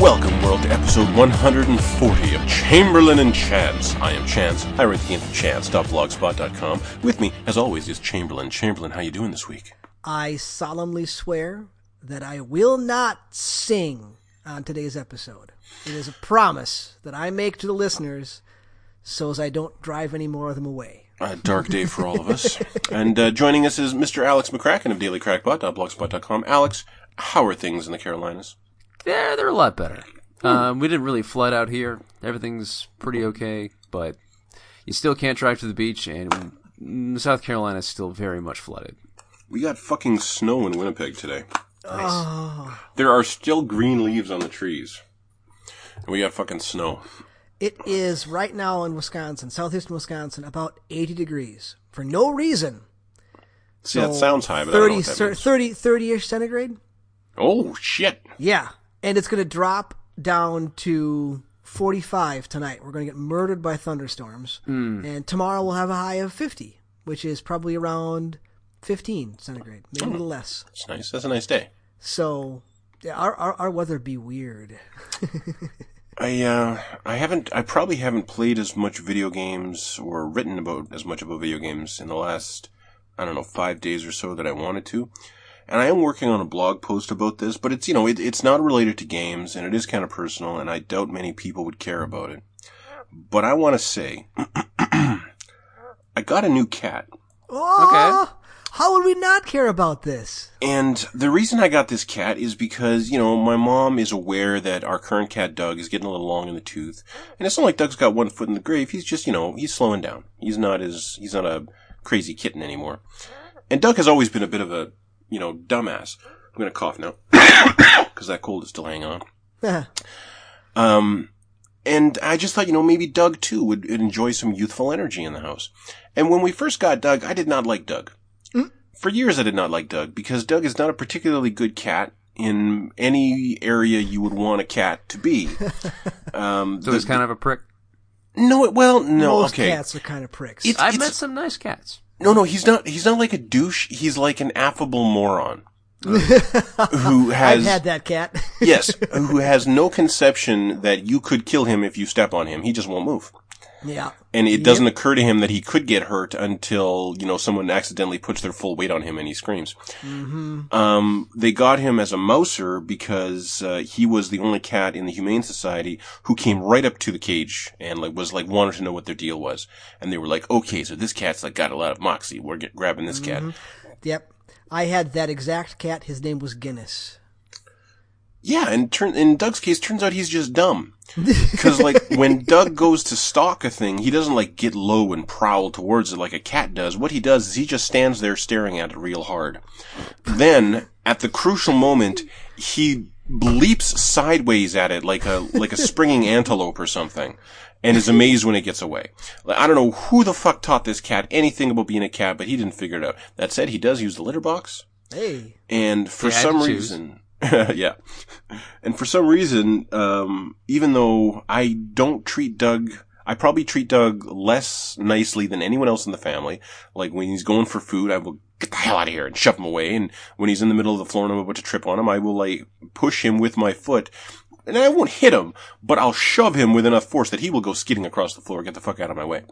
Welcome, world, to episode 140 of Chamberlain and Chance. I am Chance. I write the end chance.blogspot.com. With me, as always, is Chamberlain. Chamberlain, how you doing this week? I solemnly swear that I will not sing on today's episode. It is a promise that I make to the listeners so as I don't drive any more of them away. A dark day for all of us. and uh, joining us is Mr. Alex McCracken of dailycrackpot.blogspot.com. Alex, how are things in the Carolinas? Yeah, they're a lot better. Hmm. Um, we didn't really flood out here. Everything's pretty okay, but you still can't drive to the beach, and mm, South Carolina is still very much flooded. We got fucking snow in Winnipeg today. There are still green leaves on the trees. And we got fucking snow. It is right now in Wisconsin, southeastern Wisconsin, about 80 degrees for no reason. See, that sounds high, but I don't know 30, what that means. 30, 30-ish centigrade? Oh, shit. Yeah. And it's going to drop down to 45 tonight. We're going to get murdered by thunderstorms. Hmm. And tomorrow we'll have a high of 50, which is probably around 15 centigrade, maybe a little Oh. less. It's nice. That's a nice day. So yeah, our, our, our weather be weird. I uh, I haven't. I probably haven't played as much video games or written about as much about video games in the last, I don't know, five days or so that I wanted to. And I am working on a blog post about this, but it's you know it, it's not related to games and it is kind of personal, and I doubt many people would care about it. But I want to say, I got a new cat, Oh, How would we not care about this? And the reason I got this cat is because, you know, my mom is aware that our current cat, Doug, is getting a little long in the tooth. And it's not like Doug's got one foot in the grave. He's just, you know, he's slowing down. He's not as, he's not a crazy kitten anymore. And Doug has always been a bit of a, you know, dumbass. I'm going to cough now because that cold is still hanging on. Um, and I just thought, you know, maybe Doug too would enjoy some youthful energy in the house. And when we first got Doug, I did not like Doug. Mm. For years, I did not like Doug because Doug is not a particularly good cat in any area you would want a cat to be. Um, So it's kind of a prick. no, it- well, no, Most okay. cats are kind of pricks. It's- I've met some nice cats. No, no, he's not. He's not like a douche. He's like an affable moron who I've has had that cat. yes, who has no conception that you could kill him if you step on him. He just won't move. yeah. and it doesn't occur to him that he could get hurt until you know someone accidentally puts their full weight on him and he screams. Um, they got him as a mouser because uh, he was the only cat in the Humane Society who came right up to the cage and like was like wanted to know what their deal was, and they were like, okay, so this cat's like got a lot of moxie. We're get, grabbing this cat. Yep. I had that exact cat. His name was Guinness. Yeah, and turn in Doug's case, turns out he's just dumb. Because like when Doug goes to stalk a thing, he doesn't like get low and prowl towards it like a cat does. What he does is he just stands there staring at it real hard. Then at the crucial moment, he leaps sideways at it like a like a springing antelope or something, and is amazed when it gets away. Like, I don't know who the fuck taught this cat anything about being a cat, but he didn't figure it out. That said, he does use the litter box Hey. and for Yeah, I some choose. reason yeah and for some reason um even though i don't treat doug i probably treat doug less nicely than anyone else in the family like when he's going for food i will get the hell out of here and shove him away and when he's in the middle of the floor and i'm about to trip on him i will like push him with my foot and i won't hit him but i'll shove him with enough force that he will go skidding across the floor get the fuck out of my way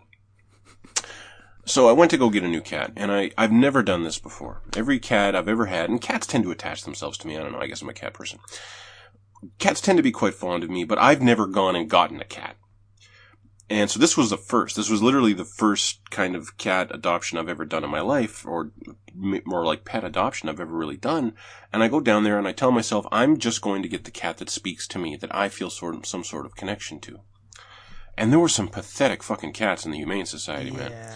so I went to go get a new cat, and I, I've never done this before. Every cat I've ever had, and cats tend to attach themselves to me. I don't know, I guess I'm a cat person. Cats tend to be quite fond of me, but I've never gone and gotten a cat. And so this was the first. This was literally the first kind of cat adoption I've ever done in my life, or m- more like pet adoption I've ever really done. And I go down there and I tell myself, I'm just going to get the cat that speaks to me, that I feel sort of, some sort of connection to. And there were some pathetic fucking cats in the Humane Society, man Yeah.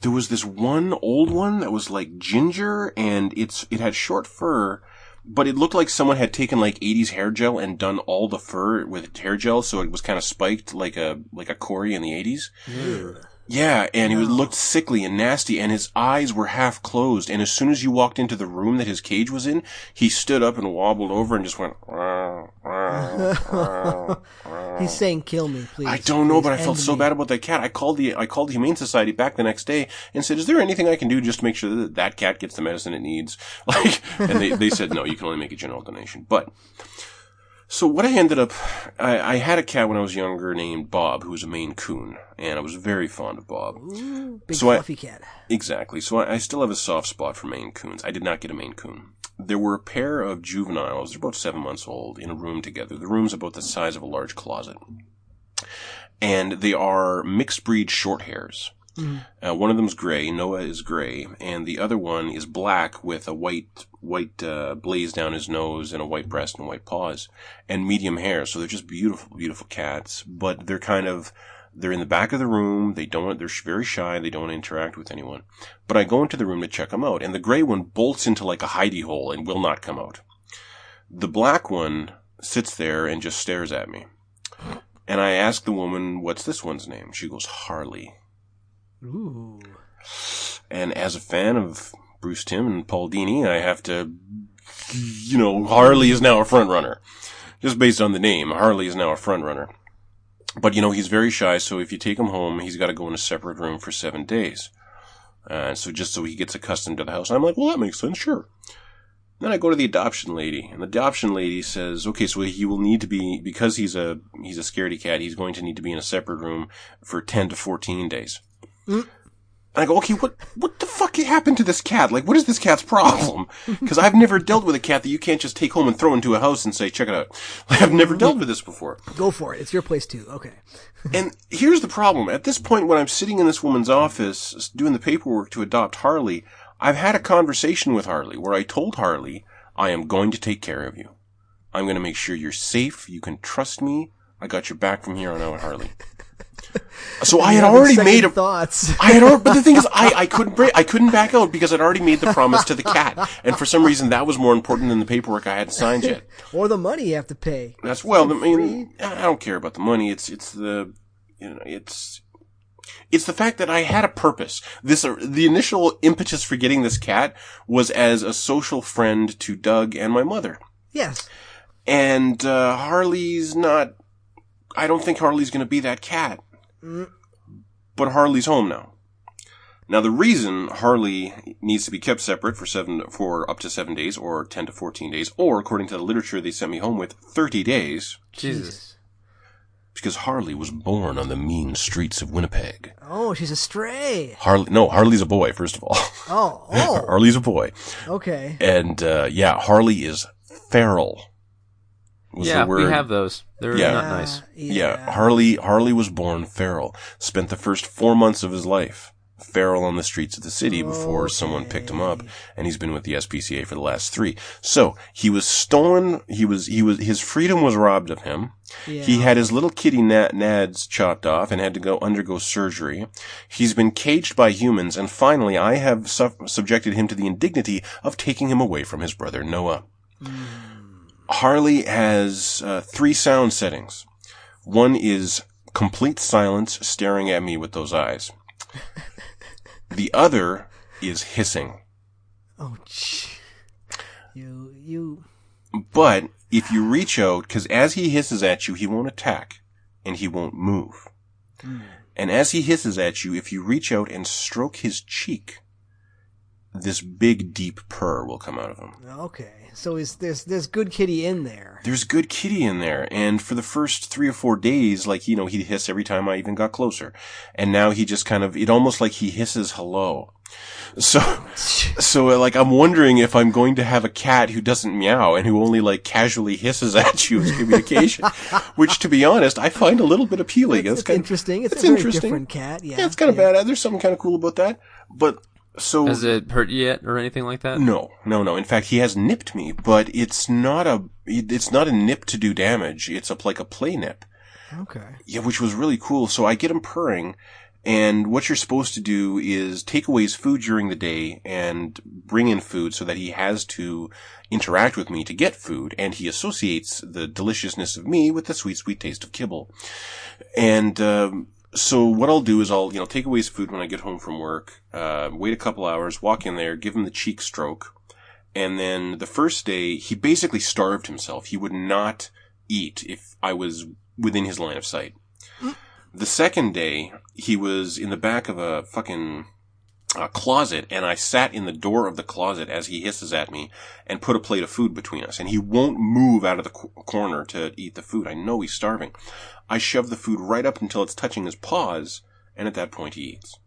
there was this one old one that was like ginger and it's it had short fur but it looked like someone had taken like 80s hair gel and done all the fur with hair gel so it was kind of spiked like a like a Cory in the 80s yeah and he was, looked sickly and nasty and his eyes were half closed and as soon as you walked into the room that his cage was in he stood up and wobbled over and just went "Wah, wah, wah." He's saying, "Kill me, please." I don't know, please but I end felt so me." bad about that cat. I called the I called the Humane Society back the next day and said, "Is there anything I can do just to make sure that that cat gets the medicine it needs?" Like, and they they said, "No, you can only make a general donation." But So what I ended up, I, I had a cat when I was younger named Bob, who was a Maine Coon, and I was very fond of Bob. Big So I- fluffy cat. Exactly. So I, I still have a soft spot for Maine Coons. I did not get a Maine Coon. There were a pair of juveniles, they're about seven months old, in a room together. The room's about the size of a large closet. And they are mixed breed short hairs. Uh, one of them's gray. Noah is gray, and the other one is black with a white white uh, blaze down his nose and a white breast and white paws and medium hair. So they're just beautiful, beautiful cats. But they're kind of they're in the back of the room. They don't. They're sh- very shy. They don't interact with anyone. But I go into the room to check them out, and the gray one bolts into like a hidey hole and will not come out. The black one sits there and just stares at me. And I ask the woman, "What's this one's name?" She goes, "Harley." Ooh. And as a fan of Bruce Tim and Paul Dini, I have to, you know, Harley is now a front runner. Just based on the name, Harley is now a front runner. But you know, he's very shy, so if you take him home, he's got to go in a separate room for seven days. Uh, so just so he gets accustomed to the house. And I'm like, well, that makes sense, sure. Then I go to the adoption lady, and the adoption lady says, "Okay, so he will need to be because he's a he's a scaredy cat. He's going to need to be in a separate room for ten to fourteen days." And I go, okay, what, what the fuck happened to this cat? Like, what is this cat's problem? Because I've never dealt with a cat that you can't just take home and throw into a house and say, check it out. Like, I've never dealt with this before. Go for it. It's your place too. Okay. And here's the problem. At this point, when I'm sitting in this woman's office s- doing the paperwork to adopt Harley, I've had a conversation with Harley where I told Harley, I am going to take care of you. I'm going to make sure you're safe. You can trust me. I got your back from here on out, Harley. So I had Having already second made a, thoughts. I had, al- but the thing is, I, I couldn't break, I couldn't back out because I'd already made the promise to the cat, and for some reason that was more important than the paperwork I hadn't signed yet. or the money you have to pay. That's well, I mean, I don't care about the money. It's it's the, you know, it's. It's the fact that I had a purpose. This, uh, the initial impetus for getting this cat was as a social friend to Doug and my mother. Yes. And, uh, Harley's not, I don't think Harley's gonna be that cat. But Harley's home now. Now the reason Harley needs to be kept separate for seven, for up to seven days or 10 to 14 days, or according to the literature they sent me home with, 30 days, Jesus. because Harley was born on the mean streets of Winnipeg. Oh, she's a stray. Harley, no, Harley's a boy, first of all. Oh, oh. Harley's a boy. Okay. And, uh, yeah, Harley is feral. Was yeah, the word. we have those. They're Yeah. not nice. Uh, Yeah, Harley Harley was born feral. Spent the first four months of his life feral on the streets of the city before someone picked him up, and he's been with the SPCA for the last three. So he was stolen. He was he was his freedom was robbed of him. He Yeah. had his little kitty nat- nads chopped off and had to go undergo surgery. He's been caged by humans, and finally, I have suf- subjected him to the indignity of taking him away from his brother Noah. Harley has uh, three sound settings. One is complete silence staring at me with those eyes. the other is hissing. Oh, ch- you, you. But if you reach out, because as he hisses at you, he won't attack and he won't move. And as he hisses at you, if you reach out and stroke his cheek, this big deep purr will come out of him. Okay. So is there's there's good kitty in there? There's good kitty in there, and for the first three or four days, like you know, he'd hiss every time I even got closer, and now he just kind of it almost like he hisses hello. So So, uh, like, I'm wondering if I'm going to have a cat who doesn't meow and who only, like, casually hisses at you as communication. which, to be honest, I find a little bit appealing. It's, it's kind of- interesting. It's, it's a very interesting. different cat. Yeah. yeah, it's kind of bad. There's something kind of cool about that. But, so. Has it hurt you yet or anything like that? No, no, no. In fact, he has nipped me, but it's not a, it- it's not a nip to do damage. It's a, like a play nip. Okay. Yeah, which was really cool. So I get him purring, and what you're supposed to do is take away his food during the day and bring in food so that he has to interact with me to get food, and he associates the deliciousness of me with the sweet, sweet taste of kibble. And um, so what I'll do is I'll you know take away his food when I get home from work, uh, wait a couple hours, walk in there, give him the cheek stroke, and then the first day he basically starved himself. He would not eat if I was within his line of sight. The second day he was in the back of a fucking uh, closet and I sat in the door of the closet as he hisses at me and put a plate of food between us. And he won't move out of the co- corner to eat the food. I know he's starving. I shove the food right up until it's touching his paws and at that point he eats.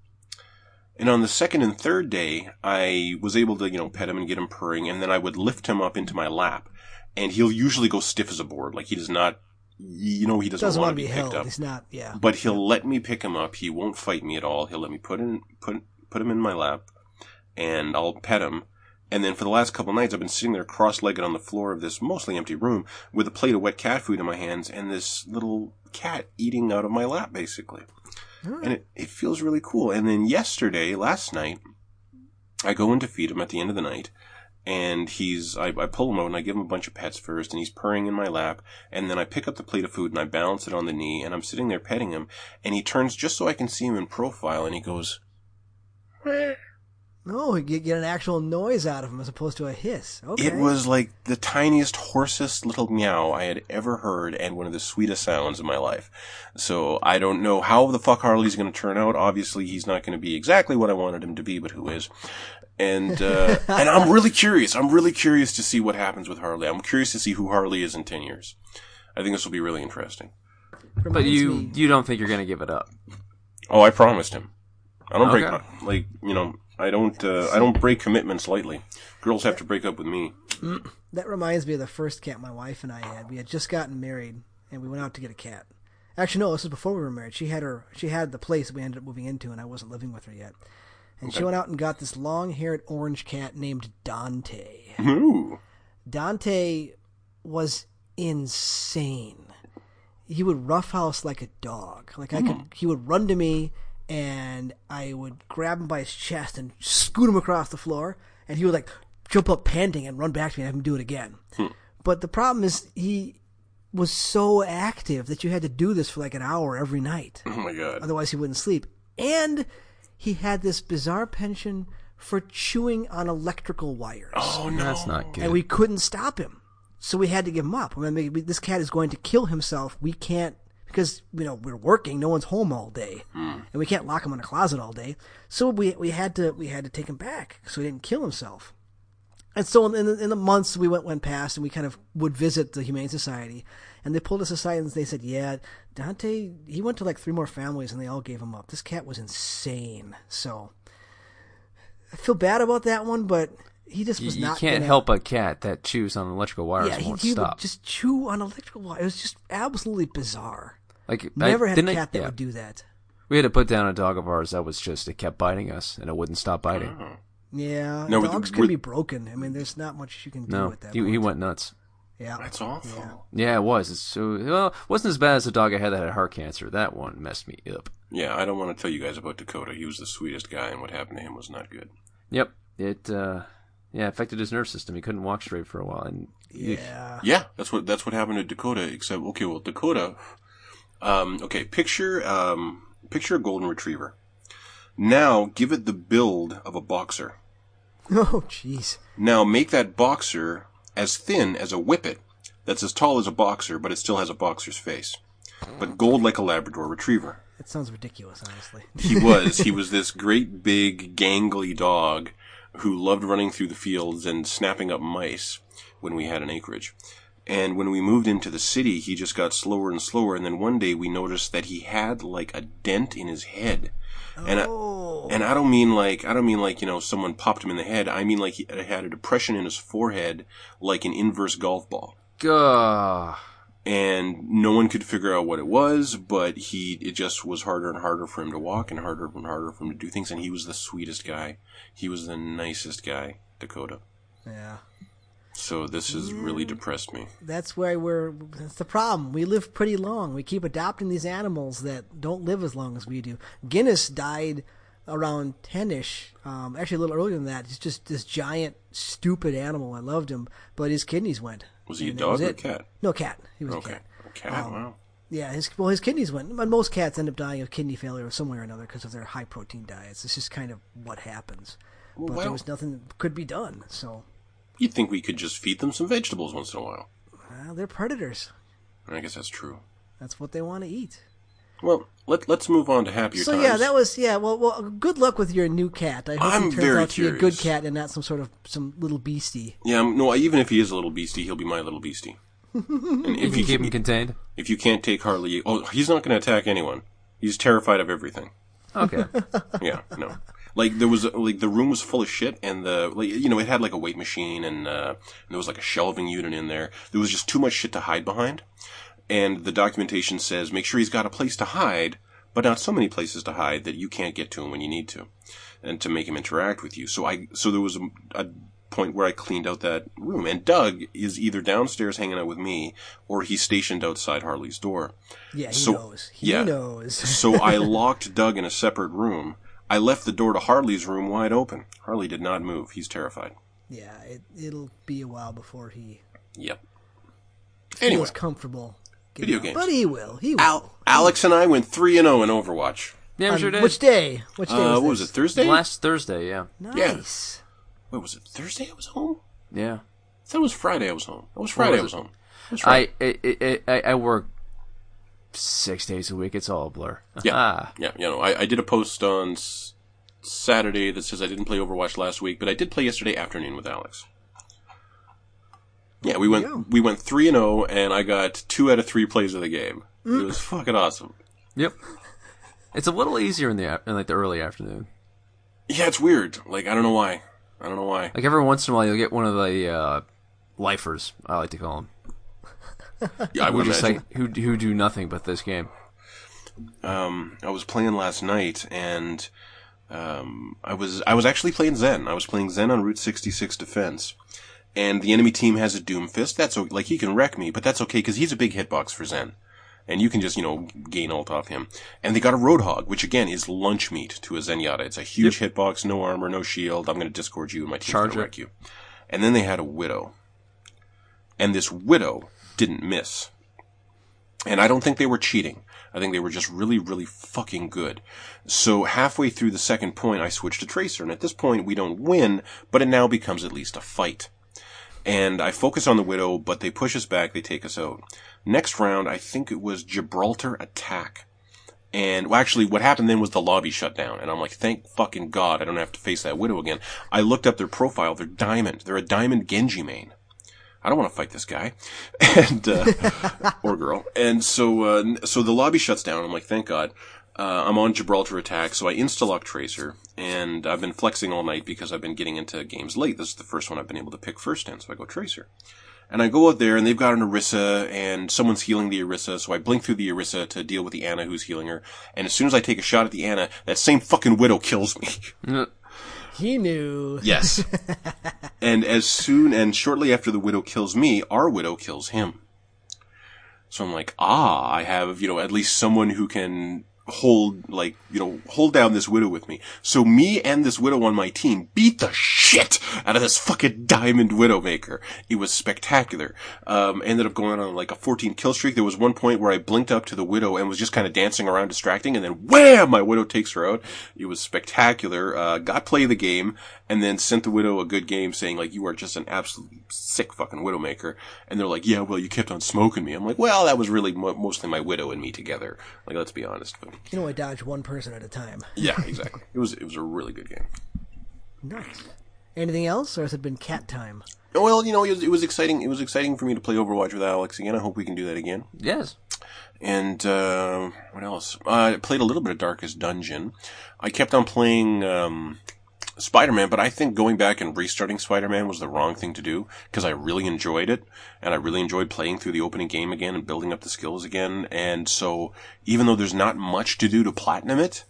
And on the second and third day, I was able to, you know, pet him and get him purring and then I would lift him up into my lap and he'll usually go stiff as a board. Like he does not, you know, he doesn't, Doesn't want want to be picked held. up He's not. Yeah. but he'll let me pick him up. He won't fight me at all. He'll let me put in put put him in my lap, and I'll pet him. And then for the last couple nights, I've been sitting there cross-legged on the floor of this mostly empty room with a plate of wet cat food in my hands and this little cat eating out of my lap, basically. And it, it feels really cool. And then yesterday, last night, I go in to feed him at the end of the night, and he's I, I pull him out and I give him a bunch of pets first, and he's purring in my lap, and then I pick up the plate of food and I balance it on the knee, and I'm sitting there petting him, and he turns just so I can see him in profile, and he goes, No, you get an actual noise out of him as opposed to a hiss. Okay. "It was like the tiniest, hoarsest little meow I had ever heard, and one of the sweetest sounds in my life." So I don't know how the fuck Harley's going to turn out. Obviously, he's not going to be exactly what I wanted him to be, but who is? And uh, and I'm really curious. I'm really curious to see what happens with Harley. I'm curious to see who Harley is in ten years. I think this will be really interesting. But Reminds you me- you don't think you're gonna give it up? Oh, I promised him. I don't break Okay. my- like you know. I don't. Uh, I don't break commitments lightly. Girls have to break up with me. That reminds me of the first cat my wife and I had. We had just gotten married, and we went out to get a cat. Actually, no, this was before we were married. She had her, she had the place we ended up moving into, and I wasn't living with her yet. And she went out and got this long-haired orange cat named Dante. Ooh. Dante was insane. He would roughhouse like a dog. Like I could, he would run to me, and I would grab him by his chest and scoot him across the floor, and he would like jump up panting and run back to me and have him do it again. But the problem is he was so active that you had to do this for like an hour every night Oh my god. otherwise he wouldn't sleep. And he had this bizarre penchant for chewing on electrical wires, Oh no. That's not good. and we couldn't stop him, so we had to give him up. I mean, we- this cat is going to kill himself. We can't because you know we're working, no one's home all day, Hmm. and we can't lock him in a closet all day. So we we had to we had to take him back so he didn't kill himself. And so in the, in the months we went went past, and we kind of would visit the Humane Society, and they pulled us aside and they said, "Yeah, Dante, he went to like three more families, and they all gave him up. This cat was insane." So I feel bad about that one, but he just you was you not. can't gonna- help a cat that chews on electrical wires Yeah, he, won't he would stop. just chew on electrical wire. It was just absolutely bizarre. like I- Never had a didn't I- cat that yeah. would do that. We had to put down a dog of ours that was just it kept biting us and it wouldn't stop Oh, biting. Yeah, No, with- dogs can with- be broken. I mean, there's not much you can do No, with that. he, he point. went nuts. yeah, That's awful. Yeah, it was. It's so well, it wasn't as bad as the dog I had that had heart cancer. That one messed me up. Yeah, I don't want to tell you guys about Dakota. He was the sweetest guy, and what happened to him was not good. Yep. It uh yeah, affected his nerve system. He couldn't walk straight for a while and yeah. Yeah, that's what that's what happened to Dakota. Except, okay, well, Dakota. Um, okay, picture um, picture a golden retriever. Now, give it the build of a boxer. Oh, jeez. Now, make that boxer as thin as a whippet. That's as tall as a boxer, but it still has a boxer's face. But gold like a Labrador retriever. That sounds ridiculous, honestly. He was. he was this great big gangly dog who loved running through the fields and snapping up mice when we had an acreage. And when we moved into the city, he just got slower and slower. And then one day we noticed that he had like a dent in his head. And Oh. I, and I don't mean like I don't mean like you know someone popped him in the head. I mean like he had a depression in his forehead, like an inverse golf ball Gah. and no one could figure out what it was, but he it just was harder and harder for him to walk and harder and harder for him to do things and he was the sweetest guy. He was the nicest guy, Dakota. Yeah. So this has Mm. really depressed me. that's where we're that's the problem we live pretty long we keep adopting these animals that don't live as long as we do guinness died around 10ish um, actually a little earlier than that he's just this giant stupid animal i loved him but his kidneys went Was he a And that dog was or a it. cat? no cat he was a Okay. cat Okay. wow. yeah, his well, his kidneys went. But most cats end up dying of kidney failure somewhere or another because of their high protein diets. It's just kind of what happens. why but there don't- was nothing that could be done. So You'd think we could just feed them some vegetables once in a while. uh, they're predators. I guess that's true. That's what they want to eat. Well, let, let's move on to happier So times. yeah, that was yeah. Well, well, good luck with your new cat. I hope I'm he turns very out to be a good curious. cat and not some sort of some little beastie. Yeah, um, no, even if he is a little beastie, he'll be my little beastie. and if If you you, keep him contained. if you can't take Harley, oh, he's not going to attack anyone. He's terrified of everything. Okay. Yeah, no. Like there was like the room was full of shit, and the like you know it had like a weight machine, and, uh, and there was like a shelving unit in there. There was just too much shit to hide behind, and the documentation says make sure he's got a place to hide, but not so many places to hide that you can't get to him when you need to, and to make him interact with you. So I so there was a, a point where I cleaned out that room, and Doug is either downstairs hanging out with me, or he's stationed outside Harley's door. Yeah, he So- knows. He yeah. knows. So I locked Doug in a separate room. I left the door to Harley's room wide open. Harley did not move. He's terrified. Yeah, it, it'll be a while before he Yep. Anyway, feels comfortable. getting Video out. games. but he will. He will. Al- Alex and I went 3 and 0 in Overwatch. Yeah, I'm On sure did. Um, Which day? Which day? Uh, was what was it, this? Thursday? Last Thursday, yeah. Yeah. Nice. Wait, was it Thursday I was home? Yeah. I thought it was Friday I was home. It was Friday I was was it? Uh, home. That's I, I, I, I I work six days a week. It's all a blur. Ah. Yeah. yeah, you know, I, I did a post on s- Saturday that says I didn't play Overwatch last week, but I did play yesterday afternoon with Alex. Yeah, we There you go. went we went 3 and 0 and I got 2 out of 3 plays of the game. It was fucking awesome. Yep. It's a little easier in the a- in like the early afternoon. Yeah, it's weird. Like I don't know why. I don't know why. Like every once in a while, you'll get one of the uh, lifers. I like to call them. Yeah, I Who would just imagine. like who who do nothing but this game. um, I was playing last night, and um, I was I was actually playing Zen. I was playing Zen on Route 66 Defense, and the enemy team has a Doomfist. That's o- like he can wreck me, but that's okay because he's a big hitbox for Zen, and you can just you know gain ult off him. And they got a Roadhog, which again is lunch meat to a Zenyatta. It's a huge hitbox, no armor, no shield. I'm going to discord you, and my team's going Charge to it. wreck you. And then they had a Widow, and this Widow didn't miss. And I don't think they were cheating. I think they were just really, really fucking good. So halfway through the second point, I switched to Tracer, and at this point, we don't win, but it now becomes at least a fight. And I focus on the Widow, but they push us back, they take us out. Next round, I think it was Gibraltar Attack. And well, actually, what happened then was the lobby shut down, and I'm like, thank fucking God, I don't have to face that Widow again. I looked up their profile, they're Diamond. They're a Diamond Genji main. I don't want to fight this guy, and uh, or girl. And so, uh, n- so the lobby shuts down. I'm like, thank God. Uh, I'm on Gibraltar attack, so I insta lock Tracer, and I've been flexing all night because I've been getting into games late. This is the first one I've been able to pick first in, so I go Tracer. And I go out there, and they've got an Orisa, and someone's healing the Orisa, so I blink through the Orisa to deal with the Anna who's healing her. And as soon as I take a shot at the Anna, that same fucking widow kills me. He knew. Yes. and as soon and shortly after the widow kills me, our widow kills him. So I'm like, ah, I have, you know, at least someone who can hold, like, you know, hold down this widow with me. So me and this widow on my team beat the shit out of this fucking diamond widow maker. It was spectacular. Um, ended up going on like a 14 kill streak. There was one point where I blinked up to the widow and was just kind of dancing around distracting and then wham, my widow takes her out. It was spectacular. Uh, got play of the game and then sent the widow a good game saying like, you are just an absolute sick fucking widow maker. And they're like, yeah, well, you kept on smoking me. I'm like, well, that was really mo- mostly my widow and me together. Like, let's be honest. But You know, I dodge one person at a time. yeah, exactly. it was, it was a really good game. Nice. Anything else, or has it been cat time? Well, you know, it was, it was exciting. It was exciting for me to play Overwatch with Alex again. I hope we can do that again. Yes. And uh, what else? Uh, I played a little bit of Darkest Dungeon. I kept on playing um, Spider Man, but I think going back and restarting Spider Man was the wrong thing to do because I really enjoyed it, and I really enjoyed playing through the opening game again and building up the skills again. And so, even though there's not much to do to platinum it,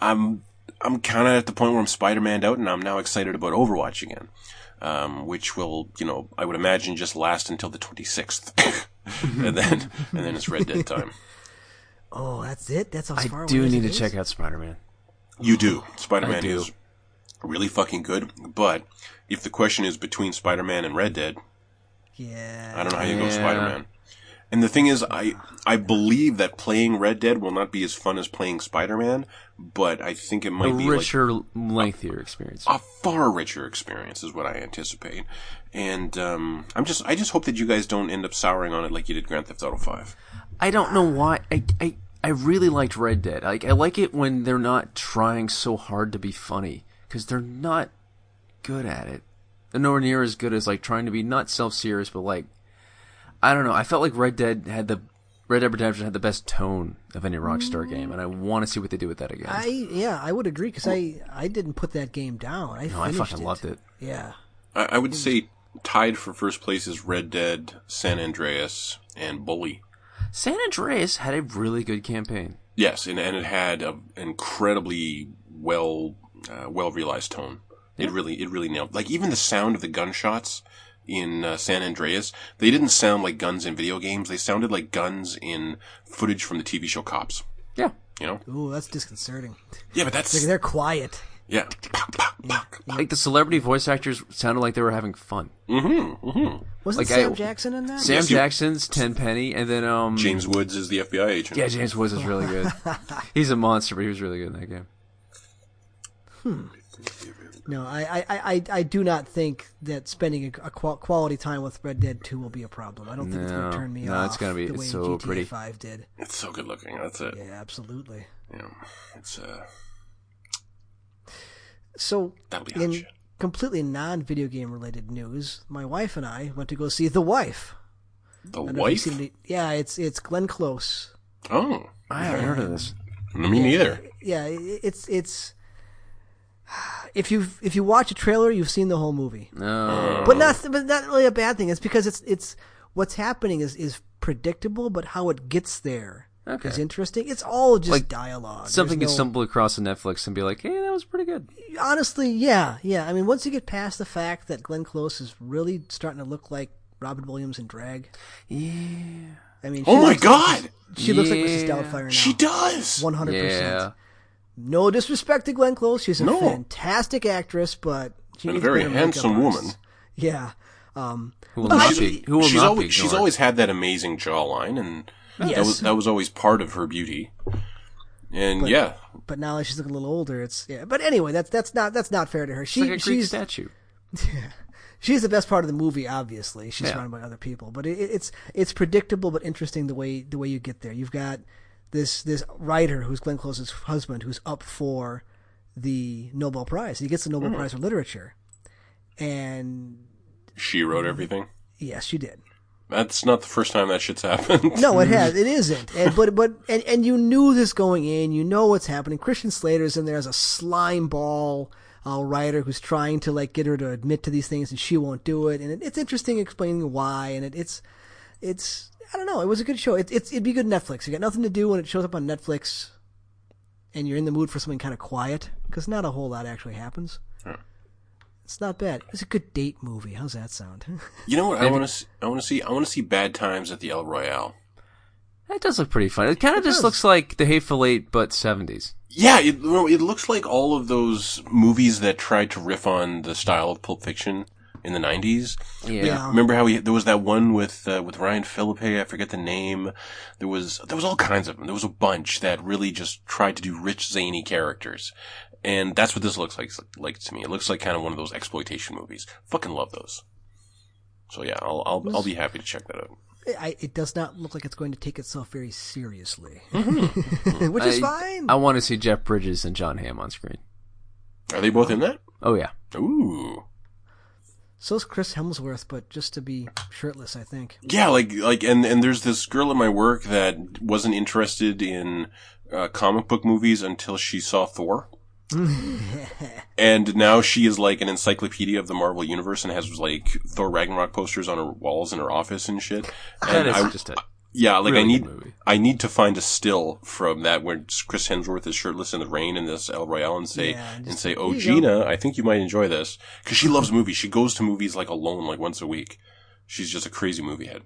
I'm I'm kind of at the point where I'm Spider Man out, and I'm now excited about Overwatch again, um, which will you know I would imagine just last until the 26th, and then and then it's Red Dead time. Oh, that's it. That's as far I away do as need it to is? check out Spider Man. You do. Spider I Man do. is really fucking good, but if the question is between Spider Man and Red Dead, Yeah. I don't know how you go Yeah. Spider Man. And the thing is, I I believe that playing Red Dead will not be as fun as playing Spider Man, but I think it A might be like richer, lengthier experience. a far richer experience is what I anticipate. And um, I'm just I just hope that you guys don't end up souring on it like you did Grand Theft Auto Five. I don't know why. I, I, I really liked Red Dead. Like I like it when they're not trying so hard to be funny because they're not good at it. They're nowhere near as good as like trying to be not self serious, but like I don't know. I felt like Red Dead had the Red Dead Redemption had the best tone of any Rockstar game, and I want to see what they do with that again. Mm. I yeah, I would agree because I I didn't put that game down. I no, I finished fucking loved it. Yeah, I, I would say tied for first place is Red Dead, San Andreas, and Bully. San Andreas had a really good campaign. Yes, and, and it had an incredibly well uh, well realized tone. It really it really nailed. Like even the sound of the gunshots in uh, San Andreas, they didn't sound like guns in video games. They sounded like guns in footage from the TV show Cops. Yeah, You know? ooh, that's disconcerting. Yeah, but Like, that's they're quiet. yeah. Pock, pock, pock. like the celebrity voice actors sounded like they were having fun. Mm-hmm, Wasn't Like, I- Sam Jackson in that? Sam Yes, you- Jackson's Tenpenny, and then um, James Woods is the FBI agent. yeah, James Woods is really good. He's a monster, but he was really good in that game. No, I, I, I, I do not think that spending a, a qual- quality time with Red Dead Two will be a problem. I don't think it's going No. to turn me No, off. it's gonna be- the it's way so GTA pretty. Five did. It's so good looking. That's it. Yeah, absolutely. Yeah. It's uh So, that'll be hot in shit. completely non-video game related news, my wife and I went to go see The Wife. The I don't know if you've wife? seen it. Yeah, it's it's Glenn Close. Oh. I haven't heard of this. Me neither. Yeah, i- it's it's. If you if you watch a trailer, you've seen the whole movie, No, but not but not really a bad thing. It's because it's it's what's happening is is predictable, but how it gets there Uh, is Okay. interesting. It's all just Like, dialogue. something There's can no- stumble across on Netflix and be like, "Hey, that was pretty good." honestly, yeah, yeah. I mean, once you get past the fact that Glenn Close is really starting to look like Robin Williams in drag, Yeah, I mean, Oh she my looks- god. she looks like Mrs. Yeah. Doubtfire now. She does. one hundred yeah. percent. No disrespect to Glenn Close, she's a No. fantastic actress, but she And a needs very better makeup handsome artists. woman. Yeah, um, Who will not She's- be? Who will she's not be? always, she's ignored? always had that amazing jawline, and that Yes. was that was always part of her beauty. And yeah, but now that she's looking a little older, it's yeah. But anyway, that's that's not that's not fair to her. She It's like a Greek she's statue. she's the best part of the movie. Obviously, she's Yeah. surrounded by other people, but it, it's it's predictable but interesting the way the way you get there. You've got this this writer who's Glenn Close's husband who's up for the Nobel Prize. He gets the Mm. Nobel Prize for literature, and she wrote everything. yes, she did. That's not the first time that shit's happened. No, it has. It isn't. And, but but and, and you knew this going in. You know what's happening. Christian Slater's in there as a slime ball uh, writer who's trying to like get her to admit to these things, and she won't do it. And it, it's interesting explaining why. And it, it's it's I don't know. It was a good show. It, it's it'd be good Netflix. You got nothing to do when it shows up on Netflix, and you're in the mood for something kind of quiet because not a whole lot actually happens. It's not bad. It's a good date movie. How's that sound? You know what I want to I want to see I want to see Bad Times at the El Royale. That does look pretty fun. It kind of just does. looks like the Hateful Eight, but seventies. Yeah, it, well, it looks like all of those movies that tried to riff on the style of Pulp Fiction in the '90s. Yeah. Remember how we there was that one with uh, with Ryan Philippe? I forget the name. There was there was all kinds of them. There was a bunch that really just tried to do rich zany characters, and that's what this looks like like to me. It looks like kind of one of those exploitation movies. Fucking love those. So yeah, I'll I'll, I'll be happy to check that out. I, it does not look like it's going to take itself very seriously, which is Mm-hmm. I- fine. I want to see Jeff Bridges and John Hamm on screen. Are they both in that? Oh yeah, Ooh, so is Chris Hemsworth, but just to be shirtless, I think. yeah. Like like and and there's this girl at my work that wasn't interested in uh, comic book movies until she saw Thor. And now she is like an encyclopedia of the Marvel universe and has like Thor Ragnarok posters on her walls in her office and shit. that And is I, just a yeah, like I really need good movie. I need to find a still from that where Chris Hemsworth is shirtless in the rain in this El Royale and say Yeah, and just- say, "Oh, here you Gina, I think you might enjoy this because she loves movies. She goes to movies like alone, like once a week. She's just a crazy movie head.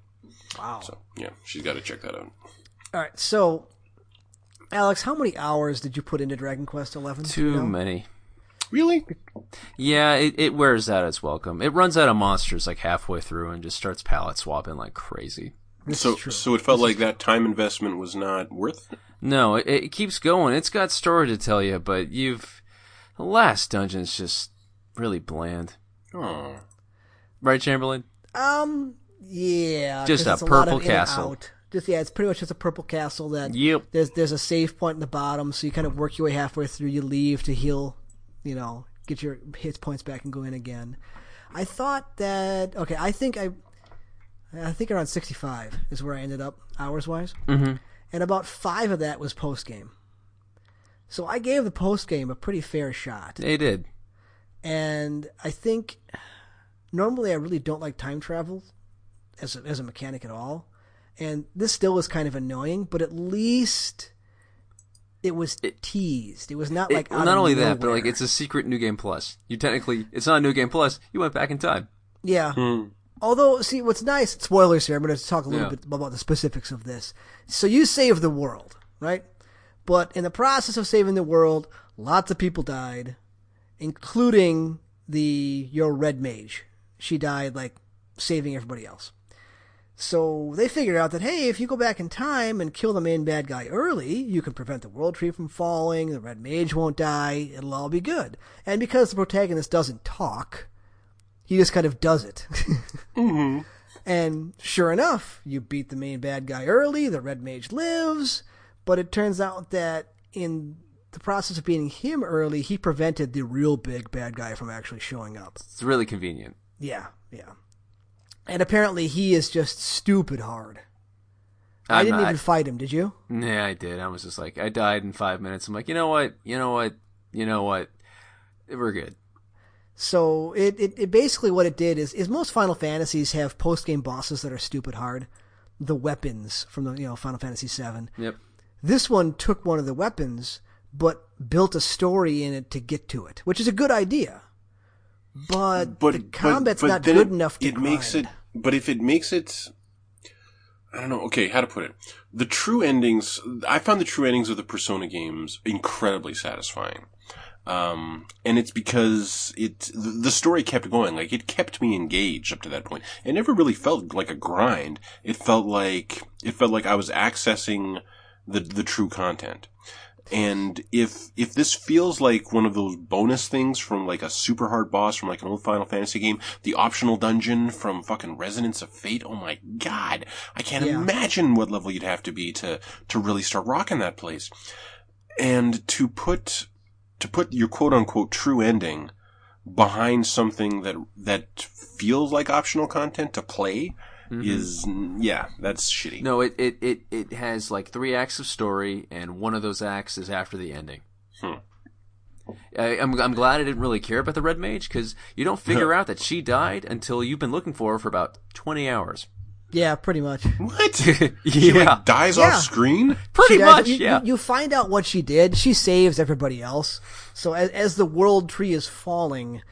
Wow. So yeah, she's got to check that out. All right, so Alex, how many hours did you put into Dragon Quest Eleven? too many. Really? Yeah, it, it wears out its welcome. It runs out of monsters like halfway through and just starts palette swapping like crazy. This so is true. so it felt like that time investment was not worth. It. No, it, it keeps going. It's got story to tell you, but you've the last dungeon's just really bland, Oh, right, Chamberlain? um, yeah, Just 'cause a it's lot of purple in and castle. out. just yeah, it's pretty much just a purple castle that Yep. there's there's a save point in the bottom, so you kind of work your way halfway through. You leave to heal, you know, get your hit points back and go in again. I thought that okay, I think I, I think around 65 is where I ended up hours wise, mm-hmm. and about five of that was post game. So I gave the post game a pretty fair shot They did. and I think normally I really don't like time travel as a, as a mechanic at all, and this still was kind of annoying. But at least it was teased. It was not like It- out not of only that, but nowhere. like it's a secret new game plus. You technically it's not a new game plus. You went back in time. yeah. Although, see, what's nice spoilers here. I'm going to talk a little Yeah. bit about the specifics of this. So you save the world, right? But in the process of saving the world, lots of people died, including the your red mage. She died like saving everybody else. So they figured out that hey, if you go back in time and kill the main bad guy early, you can prevent the world tree from falling. The red mage won't die. It'll all be good. And because the protagonist doesn't talk, he just kind of does it. And sure enough, you beat the main bad guy early, the red mage lives, but it turns out that in the process of beating him early, he prevented the real big bad guy from actually showing up. It's really convenient. Yeah, yeah. And apparently he is just stupid hard. I'm I I'm did not not- even fight him, did you? Yeah, I did. I was just like, I died in five minutes. I'm like, you know what? You know what? You know what? We're good. So it, it, it basically what it did is is most Final Fantasies have post game bosses that are stupid hard. The weapons from the you know Final Fantasy VII. Yep. This one took one of the weapons, but built a story in it to get to it, which is a good idea. But, but Uh, the combat's but, but not then good it, enough to it makes it grind. but if it makes it i don't know okay how to put it the true endings i found the true endings of the persona games incredibly satisfying um, and it's because it th- the story kept going like it kept me engaged up to that point it never really felt like a grind it felt like it felt like i was accessing the the true content and if if this feels like one of those bonus things from like a super hard boss from like an old Final Fantasy game, the optional dungeon from fucking Resonance of Fate, oh my god, I can't Yeah. imagine what level you'd have to be to to really start rocking that place. And to put to put your quote unquote true ending behind something that that feels like optional content to play is yeah, that's shitty. Mm-hmm. No, it, it, it, it has like three acts of story, and one of those acts is after the ending. Hmm. I, I'm, I'm glad I didn't really care about the Red Mage because you don't figure out that she died until you've been looking for her for about 20 hours. Yeah, pretty much. What? She yeah. like dies Yeah. off screen? pretty She does- much, you, yeah. You, you find out what she did. She saves everybody else. So as, as the world tree is falling,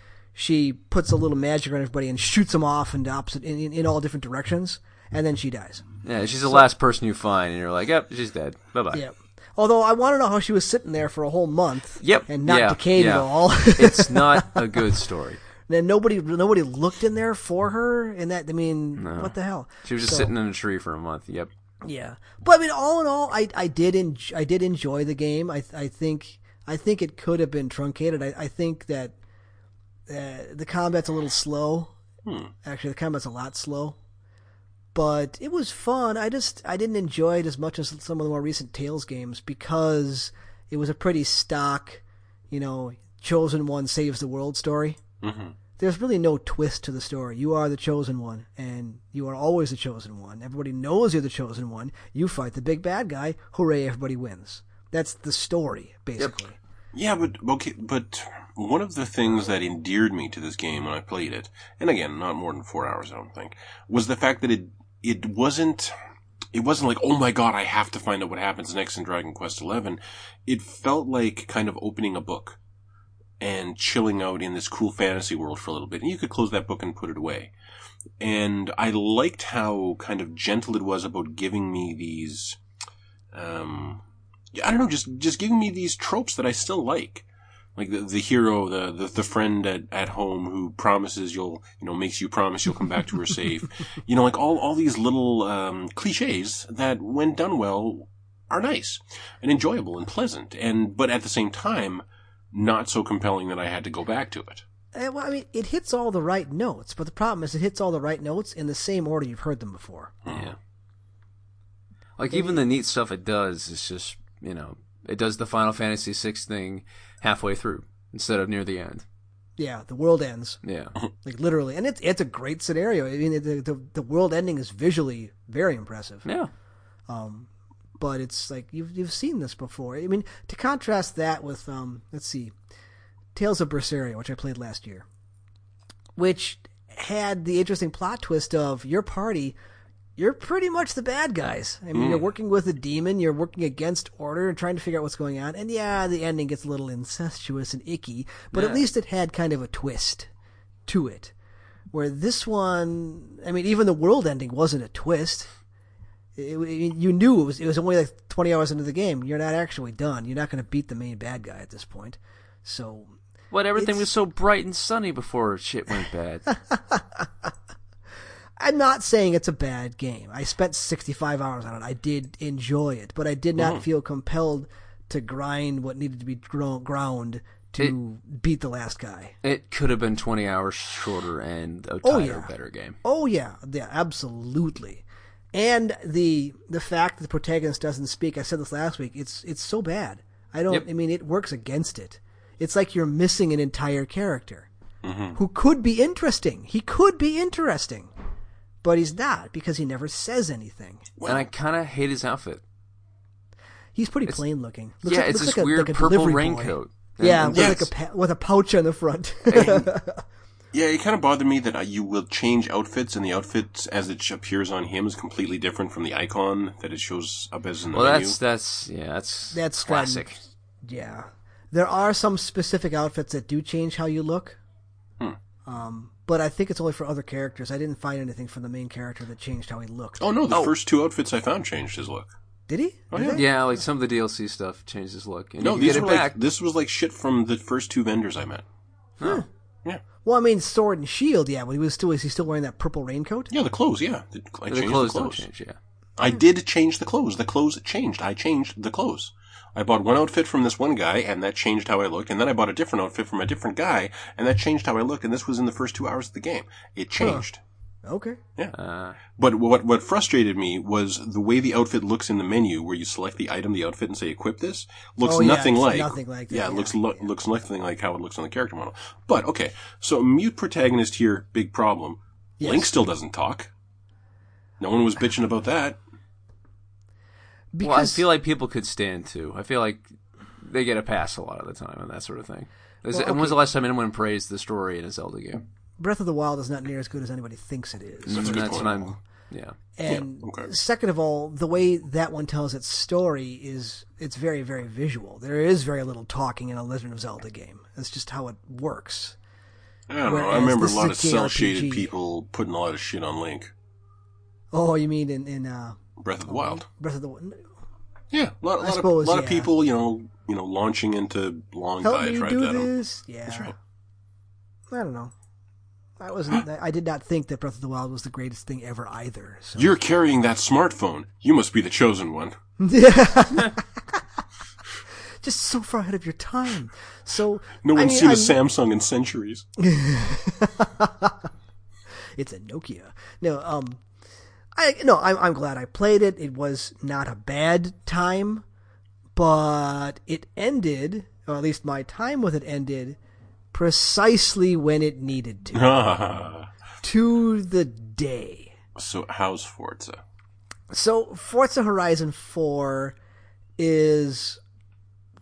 she puts a little magic on everybody and shoots them off in the opposite in, in, in all different directions, and then she dies. yeah, she's the last person you find, and you're like, yep, she's dead. Bye bye. Yeah. Although I want to know how she was sitting there for a whole month. Yep. And not Yeah. decayed at Yeah. all. it's not a good story. then nobody nobody looked in there for her, and that I mean, what the hell? She was just So- sitting in a tree for a month. Yep. Yeah, but I mean, all in all, I I did enj- I did enjoy the game. I I think I think it could have been truncated. I, I think that uh, the combat's a little slow. Actually, the combat's a lot slow, but it was fun. I just I didn't enjoy it as much as some of the more recent Tales games because it was a pretty stock, you know, chosen one saves the world story. There's really no twist to the story. You are the chosen one, and you are always the chosen one. Everybody knows you're the chosen one. You fight the big bad guy. Hooray! Everybody wins. That's the story, basically. Yeah, but okay, but one of the things that endeared me to this game when I played it, and again, not more than four hours, I don't think, was the fact that it it wasn't it wasn't like oh my god, I have to find out what happens next in Dragon Quest XI. It felt like kind of opening a book and chilling out in this cool fantasy world for a little bit, and you could close that book and put it away. And I liked how kind of gentle it was about giving me these um I don't know, just just giving me these tropes that I still like, like the the hero, the the, the friend at, at home who promises you'll you know makes you promise you'll come back to her safe, you know, like all all these little um, cliches that when done well are nice and enjoyable and pleasant, and but at the same time not so compelling that I had to go back to it. Eh, Well, I mean, it hits all the right notes, but the problem is it hits all the right notes in the same order you've heard them before. Yeah. Um, Like even the neat stuff it does is just you know it does the Final Fantasy VI thing halfway through instead of near the end. Yeah, the world ends Yeah, like literally, and it's it's a great scenario. I mean, the the, the world ending is visually very impressive. yeah, Um, but it's like you've you've seen this before. I mean, to contrast that with um, let's see, Tales of Berseria, which I played last year, which had the interesting plot twist of your party. You're pretty much the bad guys. I mean, you're working with a demon. You're working against order and trying to figure out what's going on. And yeah, the ending gets a little incestuous and icky, but at least it had kind of a twist to it. Where this one, I mean, even the world ending wasn't a twist it, it- you knew it was it was only like 20 hours into the game. You're not actually done. You're not going to beat the main bad guy at this point. So But everything It's- was so bright and sunny before shit went bad. I'm not saying it's a bad game. I spent 65 hours on it. I did enjoy it, but I did not feel compelled to grind what needed to be gro- ground to beat the last guy. it could have been 20 hours shorter and a tighter, Oh, yeah. better game. Oh yeah, yeah, absolutely. And the the fact that the protagonist doesn't speak, I said this last week. It's it's so bad. I don't. Yep. I mean, it works against it. It's like you're missing an entire character Mm-hmm. who could be interesting. He could be interesting, but he's not because he never says anything. and I kind of hate his outfit. He's pretty plain looking. Looks yeah, like, it's looks this like a, weird like a purple delivery boy. raincoat. Yeah, And- with, Yes. like a, pa- with a pouch on the front. Yeah, it kind of bothered me that uh, you will change outfits, and the outfits as it sh- appears on him is completely different from the icon that it shows up as in the well, menu. that's that's yeah, that's That's when- classic. Yeah. There are some specific outfits that do change how you look. Um, but I think it's only for other characters. I didn't find anything for the main character that changed how he looked. Oh no, the Oh. first two outfits I found changed his look. Did he? Oh, Did yeah. they? Yeah, like some of the DLC stuff changes his look. And No, you can these get it were back. like this was like shit from the first two vendors I met. Huh. Yeah, Well, I mean, sword and shield. Yeah, but he was still is he still wearing that purple raincoat? yeah, the clothes. Yeah, the, I the changed clothes the don't clothes. change. Hmm. Yeah, I did change the clothes. The clothes changed. I changed the clothes. I bought one outfit from this one guy, and that changed how I looked. And then I bought a different outfit from a different guy, and that changed how I looked. And this was in the first two hours of the game. It changed. Okay. uh, But what what frustrated me was the way the outfit looks in the menu, where you select the item, the outfit, and say equip this. Looks Oh, yeah, nothing it's like nothing like that, yeah, it yeah, looks lo- looks nothing like how it looks on the character model. But okay, so mute protagonist here, big problem. Yes. Link still doesn't talk. No one was bitching about that. Because well, I feel like people could stand too. I feel like they get a pass a lot of the time and that sort of thing. Is it- Well, When was the last time anyone praised the story in a Zelda game? Mm, Breath of the Wild is not near as good as anybody thinks it is. That's a good what point. I'm. Yeah. And okay. second of all, the way that one tells its story is it's very, very visual. There is very little talking in a Legend of Zelda game. That's just how it works. I don't know. I Whereas remember a this lot of is a cell shaded JRPG. people putting a lot of shit on Link. Oh, you mean in in uh, Breath of the Wild. Breath of the Wild? Yeah, a lot, a lot, Mm-hmm. suppose, of, lot of yeah. people, you know, you know, launching into long Help me diatribe do that I'm- this. Yeah, That's right. I don't know. I wasn't. I did not think that Breath of the Wild was the greatest thing ever either. So. You're carrying that smartphone. You must be the chosen one. Just so far ahead of your time. So No I one's mean, seen a I- Samsung in centuries. It's a Nokia. No, um, I no, I'm I'm glad I played it. It was not a bad time, but it ended, or at least my time with it ended, precisely when it needed to, to the day. so how's Forza? So Forza Horizon 4 is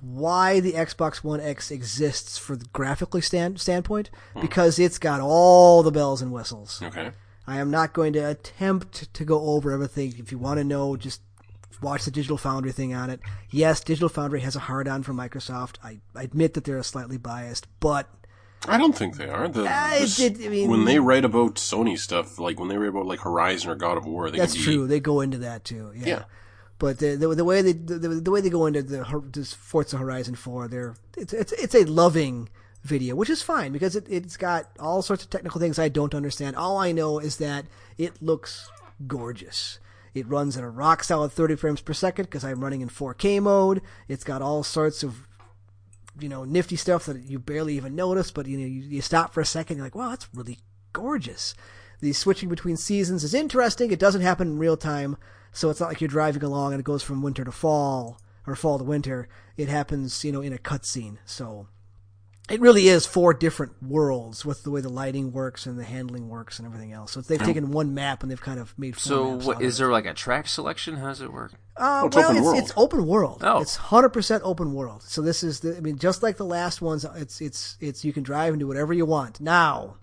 why the Xbox One X exists for the graphically stand, standpoint because it's got all the bells and whistles. Okay. I am not going to attempt to go over everything. If you want to know, just watch the Digital Foundry thing on it. Yes, Digital Foundry has a hard on for Microsoft. I, I admit that they're slightly biased, but I don't think they are. The, I this- Uh, did- I mean- when they write about Sony stuff, like when they write about like Horizon or God of War, they that's can be, true. They go into that too. Yeah. Yeah. But the, the the way they the, the way they go into the hor- this Forza Horizon Four, they're it's it's it's a loving video, which is fine because it it's got all sorts of technical things I don't understand. All I know is that it looks gorgeous. It runs at a rock solid 30 frames per second because I'm running in 4K mode. It's got all sorts of you know nifty stuff that you barely even notice but you know you, you stop for a second you're like wow that's really gorgeous the switching between seasons is interesting it doesn't happen in real time So it's not like you're driving along and it goes from winter to fall or fall to winter. It happens, you know, in a cutscene. So it really is four different worlds with the way the lighting works and the handling works and everything else. So they've taken one map and they've kind of made four So maps out what of is it. there like a track selection? How does it work? Uh, Oh, it's well, open it's, world. it's open world. Oh. It's hundred percent open world. So this is, the, I mean, just like the last ones, it's it's it's you can drive and do whatever you want. Now,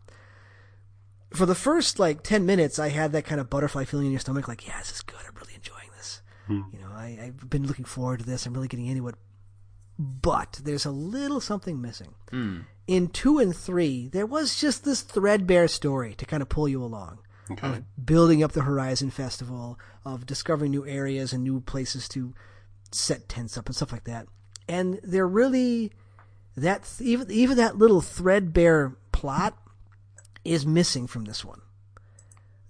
for the first like ten minutes, I had that kind of butterfly feeling in your stomach, like, yeah, this is good. I'm really enjoying this. Hmm. You know, I, I've been looking forward to this. I'm really getting into it. But there's a little something missing. In two and three, there was just this threadbare story to kind of pull you along Okay. building up the Horizon Festival, of discovering new areas and new places to set tents up and stuff like that. And they're really that even even that little threadbare plot is missing from this one.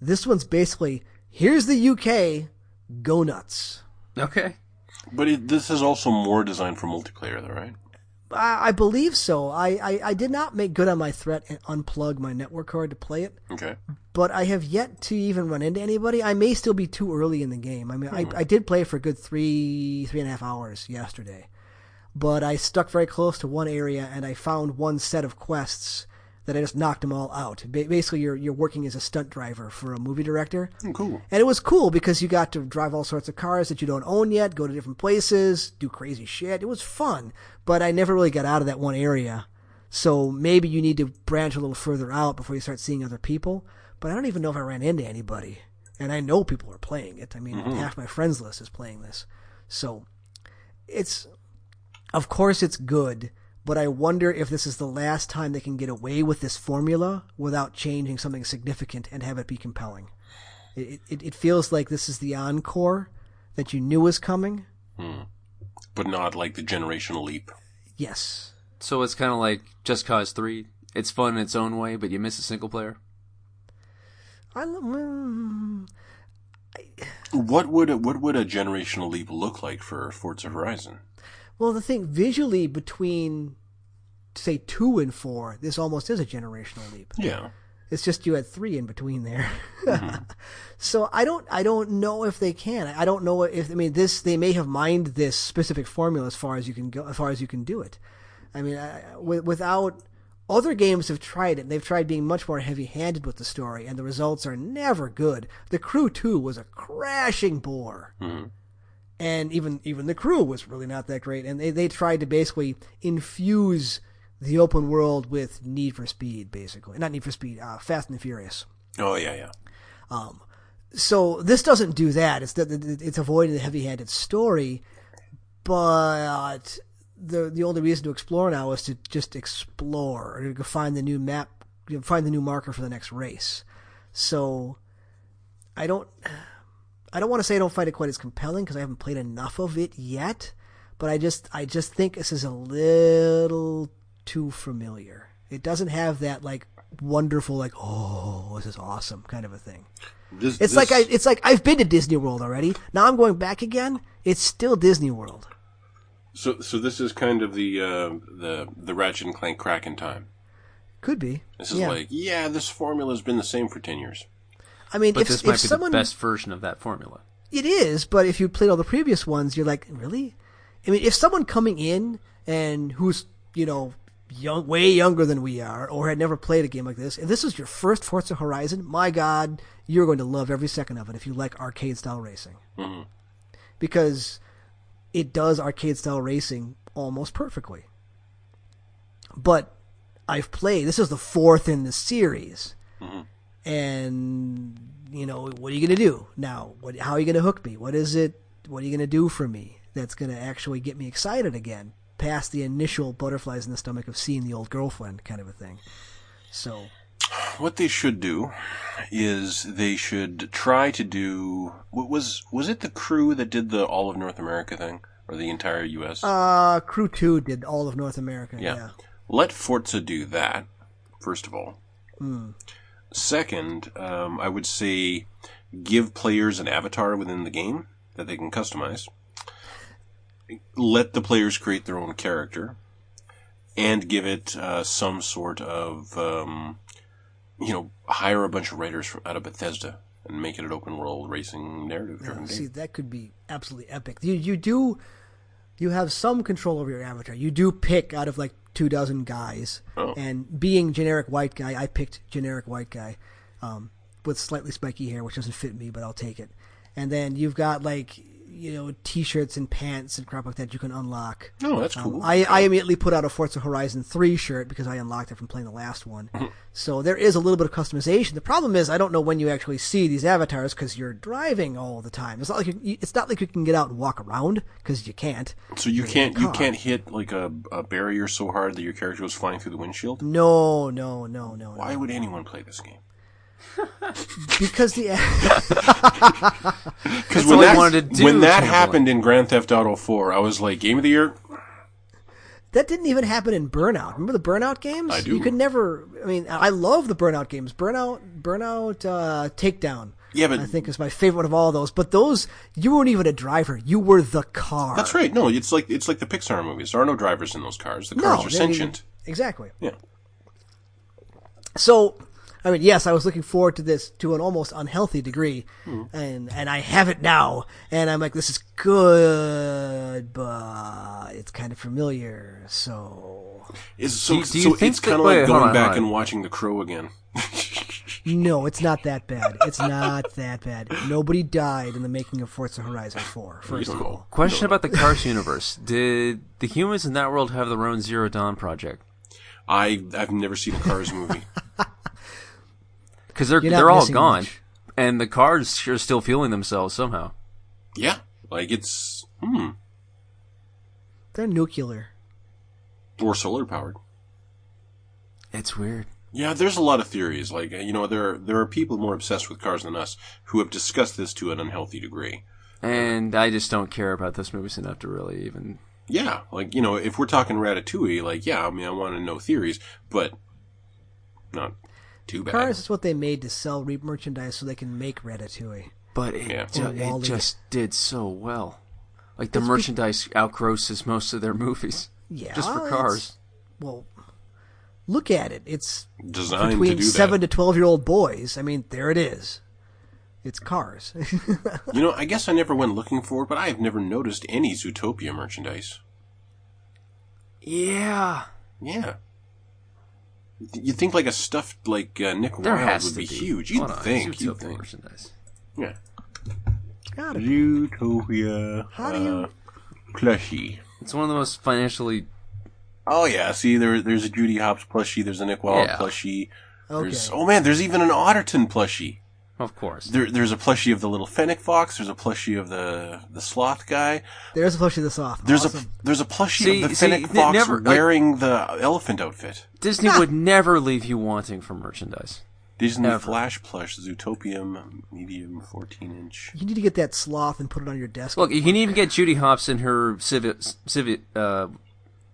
This one's basically here's the UK, go nuts. Okay. But it, this is also more designed for multiplayer, though, right? I, I believe so. I, I I did not make good on my threat and unplug my network card to play it. Okay. but I have yet to even run into anybody. I may still be too early in the game. I mean, I, I did play for a good three, three and a half hours yesterday, but I stuck very close to one area and I found one set of quests that I just knocked them all out. Ba- basically, you're you're working as a stunt driver for a movie director, Mm, Cool. and it was cool because you got to drive all sorts of cars that you don't own yet, go to different places, do crazy shit. It was fun, but I never really got out of that one area. So maybe you need to branch a little further out before you start seeing other people. But I don't even know if I ran into anybody. And I know people are playing it. I mean, half my friends list is playing this. So it's, of course, it's good. But I wonder if this is the last time they can get away with this formula without changing something significant and have it be compelling. It, it, it feels like this is the encore that you knew was coming. But not like the generational leap. Yes. So it's kind of like Just Cause Three. It's fun in its own way, but you miss a single player. I, lo- mm, What would a, what would a generational leap look like for Forza Horizon? well, the thing visually between, say, two and four, this almost is a generational leap. Yeah. It's just you had three in between there. so I don't, I don't know if they can. I don't know if I mean this. They may have mined this specific formula as far as you can go, as far as you can do it. I mean, I, wi- without other games have tried it. and They've tried being much more heavy-handed with the story, and the results are never good. The Crew Two was a crashing bore, and even even the Crew was really not that great. And they they tried to basically infuse the open world with Need for Speed, basically not Need for Speed, uh, Fast and the Furious. Oh yeah, yeah. So this doesn't do that. It's that it's avoiding the heavy-handed story, but the the only reason to explore now is to just explore or to go find the new map, you know, find the new marker for the next race. So I don't I don't want to say I don't find it quite as compelling because I haven't played enough of it yet, but I just I just think this is a little too familiar. It doesn't have that like wonderful like oh this is awesome kind of a thing. This, It's like I, it's like I've been to Disney World already. Now I'm going back again. It's still Disney World. so so this is kind of the uh, the the Ratchet and Clank Kraken time. Could be. This is yeah. like yeah, this formula's been the same for ten years. I mean, But if, this if might be someone the best version of that formula. it is, but if you played all the previous ones, you're like, really? I mean, if someone coming in and who's you know young, way younger than we are, or had never played a game like this, and this is your first Forza Horizon, my God, you're going to love every second of it if you like arcade style racing, because it does arcade style racing almost perfectly. But I've played. This is the fourth in the series, and you know what are you going to do now? What, how are you going to hook me? What is it? What are you going to do for me that's going to actually get me excited again, past the initial butterflies in the stomach of seeing the old girlfriend kind of a thing? So What they should do is they should try to do what was was it the crew that did the all of North America thing or the entire U.S. uh, Crew Two did all of North America. Yeah. yeah. Let Forza do that, first of all. Second, um, I would say give players an avatar within the game that they can customize. Let the players create their own character and give it uh, some sort of, um, you know, hire a bunch of writers from, out of Bethesda and make it an open world racing narrative driven See, game. that could be absolutely epic. You you do you have some control over your avatar. You do pick out of like two dozen guys, Oh. and being generic white guy, I picked generic white guy um, with slightly spiky hair, which doesn't fit me, but I'll take it. And then you've got like you know t-shirts and pants and crap like that you can unlock. No, that's cool. I, I immediately put out a Forza Horizon 3 shirt because I unlocked it from playing the last one. so there is a little bit of customization. The problem is I don't know when you actually see these avatars because you're driving all the time. It's not like you- you, it's not like you can get out and walk around because you can't. so you can't you car. can't hit like a, a barrier so hard that your character goes flying through the windshield. No, no, no, no. no. Why would anyone play this game? Because the Because That's when all I that, wanted to do, when that Chamberlain. happened in Grand Theft Auto 4, I was like, game of the year. that didn't even happen in Burnout. Remember the Burnout games? I do. You could never. I mean, I love the Burnout games. Burnout, Burnout, uh, Takedown. Yeah, but I think is my favorite one of all those. But those, you weren't even a driver. You were the car. that's right. No, it's like it's like the Pixar movies. There are no drivers in those cars. The cars are they're even- sentient. exactly. Yeah. So, I mean, yes, I was looking forward to this to an almost unhealthy degree, Hmm. and and I have it now, and I'm like, this is good, but it's kind of familiar. So, Is so, Do- do so you think it's that- kind of wait, like hold going on, back hold on. and watching The Crow again. no, it's not that bad. It's not that bad. Nobody died in the making of Forza Horizon 4. First of all, Question about the Cars universe: Did the humans in that world have their own Zero Dawn project? I I've never seen a Cars movie. Because they're You're not they're all missing gone, much. and the cars are still feeling themselves somehow. yeah, like it's hmm they're nuclear. or solar powered. It's weird. Yeah, there's a lot of theories. Like you know, there there are people more obsessed with cars than us who have discussed this to an unhealthy degree. And I just don't care about those movies enough to really even. Yeah, like you know, if we're talking Ratatouille, like yeah, I mean, I want to know theories, but not too bad. Cars is what they made to sell re- merchandise so they can make Ratatouille. But it, Yeah. ju- Or it Wall-E. just did so well. Like the merchandise outgrosses most of their movies. Yeah, just for it's- cars. Well, look at it. It's Designed to between do seven that. to twelve year old boys. I mean, there it is. It's cars. You know, I guess I never went looking for it, but I have never noticed any Zootopia merchandise. Yeah. Yeah. You'd think like a stuffed like uh, Nick There Wilde has would to be, be, huge. You'd Hold on, think. Zootopia You'd think. merchandise. Yeah. Got it. Zootopia. How do you- uh, plushie? It's one of the most financially. Oh yeah. See, there, there's a Judy Hopps plushie. There's a Nick Wilde Yeah. plushie. There's, Okay. oh man, there's even an Otterton plushie. Of course. There, there's a plushie of the little fennec fox. There's a plushie of the the sloth guy. There's a plushie of this off. There's awesome. a there's a plushie See- of the see, fennec n- fox never- I- wearing the elephant outfit. Disney would never leave you wanting for merchandise. Disney Never. Flash plush Zootopium medium 14 inch. You need to get that sloth and put it on your desk. Look, you can even get Judy Hopps in her civi- civi- uh,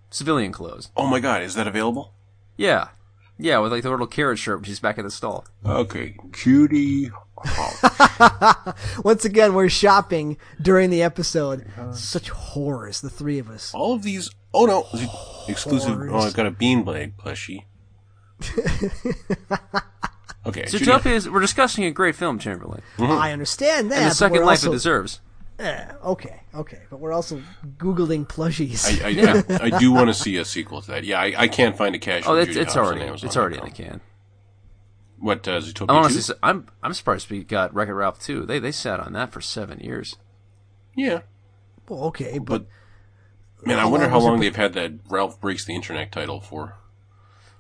civilian clothes. Oh my god, is that available? Yeah. Yeah, with like the little carrot shirt when she's back at the stall. Okay, Judy. Once again, we're shopping during the episode. Such horrors, the three of us. All of these. Oh no, is it exclusive. Oh, I got a bean blade plushie. Okay, Judy- Zootopia is, we're discussing a great film, Chamberlain. Mm-hmm. I understand that. And the but second we're life also- it deserves. Eh, okay, okay, but we're also googling plushies. I, I, I, I do want to see a sequel to that. Yeah, I, I can't find a casual. Oh, it's, Judy it's Hopps on already Amazon. it's already in the can. What uh, Zootopia? I'm honestly, 2? su- I'm I'm surprised we got Wreck-It Ralph 2. They they sat on that for seven years. yeah, well, okay, but, but man, I How wonder long how was it long be- they've had that Ralph breaks the internet title for.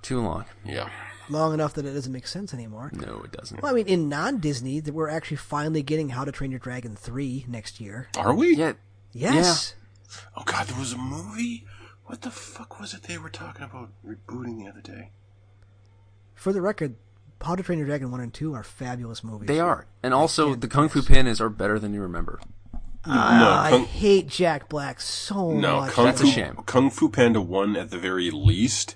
Too long. Yeah, long enough that it doesn't make sense anymore. No, it doesn't. Well, I mean, in non-Disney, that we're actually finally getting How to Train Your Dragon three next year. are we? Yet Yes. Oh god, there was a movie. What the fuck was it they were talking about rebooting the other day? For the record, How to Train Your Dragon one and two are fabulous movies. they are, and also the Kung Fu Pandas are better than you remember. I Uh, no, Kung, hate Jack Black so no, much. Kung That's a Fu, shame. Kung Fu Panda One at the very least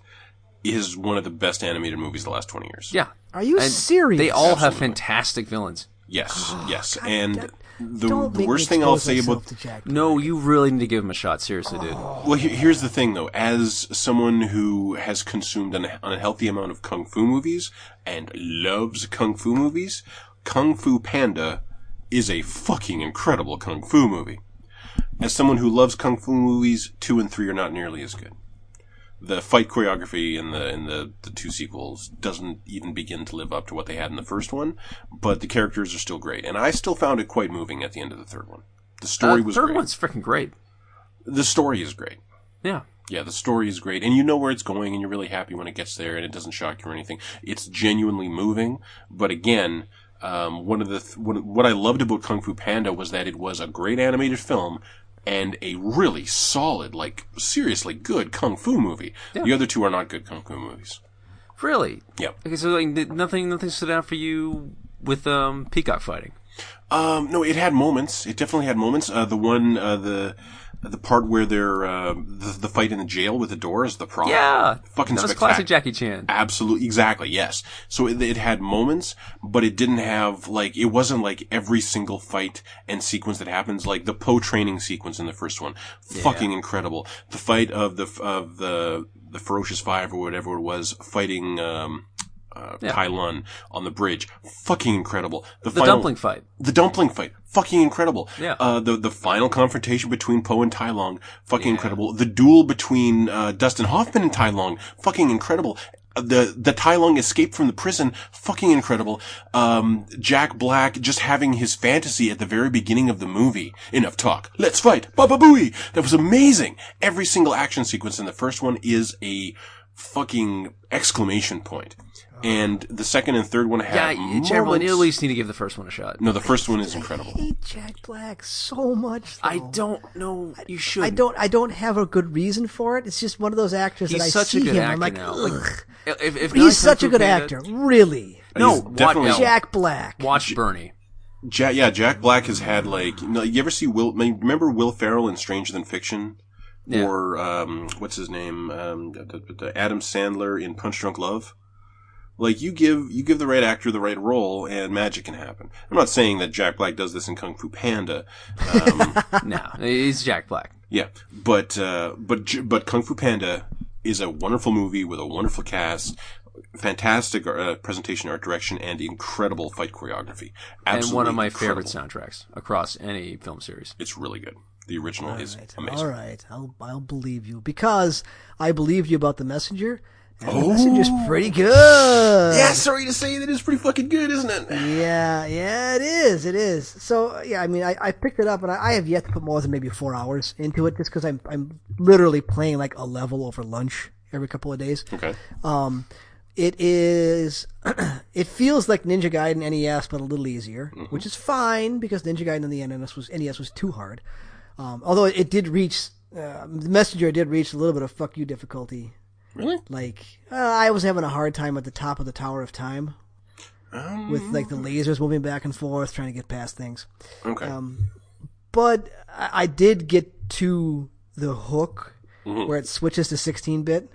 is one of the best animated movies of the last twenty years. Yeah. Are you And serious? They all have Absolutely. fantastic villains. Yes, yes, Ah, God, and that- the, Don't the make me worst thing I'll expose say myself about to Jack. No, you really need to give them a shot. Seriously, dude. Well, he- here's the thing, though. As someone who has consumed an unhealthy amount of kung fu movies and loves kung fu movies, Kung Fu Panda is a fucking incredible kung fu movie. As someone who loves kung fu movies, two and three are not nearly as good. The fight choreography in the in the, the two sequels doesn't even begin to live up to what they had in the first one, but the characters are still great, and I still found it quite moving at the end of the third one. The story Uh, was third great. one's freaking great. The story is great. Yeah. Yeah, the story is great, and you know where it's going, and you're really happy when it gets there, and it doesn't shock you or anything. It's genuinely moving, but again, um, one of the th- what, what I loved about Kung Fu Panda was that it was a great animated film and a really solid, like seriously good kung fu movie. The other two are not good kung fu movies. Really? Yep. Okay, so like did- nothing nothing stood out for you with um peacock fighting. Um, no, it had moments. It definitely had moments. Uh, the one, uh, the the part where they're uh, the, the fight in the jail with the door is the prop. Yeah. fucking That was spectac- classic Jackie Chan. Absolutely, exactly, yes. So it, it had moments, but it didn't have like it wasn't like every single fight and sequence that happens. Like the Poe training sequence in the first one, fucking incredible. The fight of the of the the ferocious five or whatever it was fighting um, uh, Kai Lun on the bridge, fucking incredible. The dumpling fight. the dumpling fight, fucking incredible. Yeah. Uh, the the final confrontation between Poe and Tai Long, fucking incredible. The duel between uh, Dustin Hoffman and Tai Long, fucking incredible. Uh, The the Tai Long escape from the prison, fucking incredible. Um, Jack Black just having his fantasy at the very beginning of the movie. Enough talk. Let's fight. Baba Booey. That was amazing. Every single action sequence in the first one is a fucking exclamation point. And the second and third one Uh-huh. Yeah, have you- Chamberlain, you at moments- least need to give the first one a shot. No, the first one is incredible. I hate Jack Black so much. I though. don't know. You should. I don't. I don't have a good reason for it. It's just one of those actors He's that I such see a good him. actor I'm like, now. Ugh. Like, if, if But not he's such Kung a Fu good Panda- actor, really. No, He's what definitely- else? Jack Black. Watch Bernie. Jack, yeah, Jack Black has had like you, know, you ever see Will? Remember Will Ferrell in Stranger Than Fiction, Yeah. or um, what's his name? Um, the- the- the Adam Sandler in Punch Drunk Love. Like you give you give the right actor the right role, and magic can happen. I'm not saying that Jack Black does this in Kung Fu Panda. Um, no, he's Jack Black. yeah, but uh, but J- but Kung Fu Panda is a wonderful movie with a wonderful cast. Fantastic uh, presentation, art direction, and incredible fight choreography. Absolutely and one of my incredible. favorite soundtracks across any film series. It's really good. The original is amazing. All right, I'll I'll believe you because I believed you about the messenger. And The messenger's pretty good. Yeah, sorry to say that is pretty fucking good, isn't it? Yeah, yeah, it is. It is. So yeah, I mean, I, I picked it up, and I, I have yet to put more than maybe four hours into it, just because I'm I'm literally playing like a level over lunch every couple of days. Okay. Um, it is. it feels like Ninja Gaiden NES, but a little easier, which is fine because Ninja Gaiden on the NES was NES was too hard. Um, although it did reach uh, the messenger, did reach a little bit of fuck you difficulty. Really? Like uh, I was having a hard time at the top of the Tower of Time Um, with like the lasers moving back and forth, trying to get past things. okay. Um, But I, I did get to the hook Mm-hmm. where it switches to 16 bit.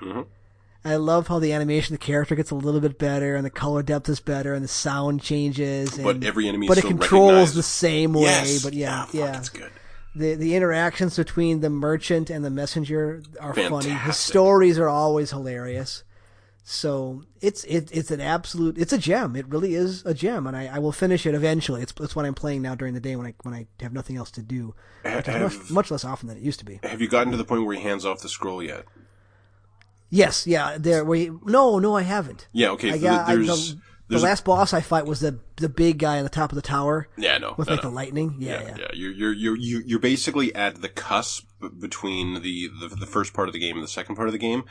I love how the animation, the character gets a little bit better, and the color depth is better, and the sound changes. And, But every enemy is but it still controls recognized. the same way. yes. Ah, But yeah, fuck, yeah, It's good. the the interactions between the merchant and the messenger are funny. The Fantastic. stories are always hilarious. So it's it, it's an absolute it's a gem. It really is a gem, and I, I will finish it eventually. It's it's what I'm playing now during the day when I when I have nothing else to do, which is much, much less often than it used to be. Have you gotten to the point where he hands off the scroll yet? Yes, yeah, there we no no I haven't. Yeah, okay. I th- got I- there's, the, the there's a- last boss I fight was the the big guy on the top of the tower yeah, no. with no, like no. the lightning. Yeah, yeah, yeah. yeah. You're you're you're you- you're basically at the cusp b- between the, the the first part of the game and the second part of the game,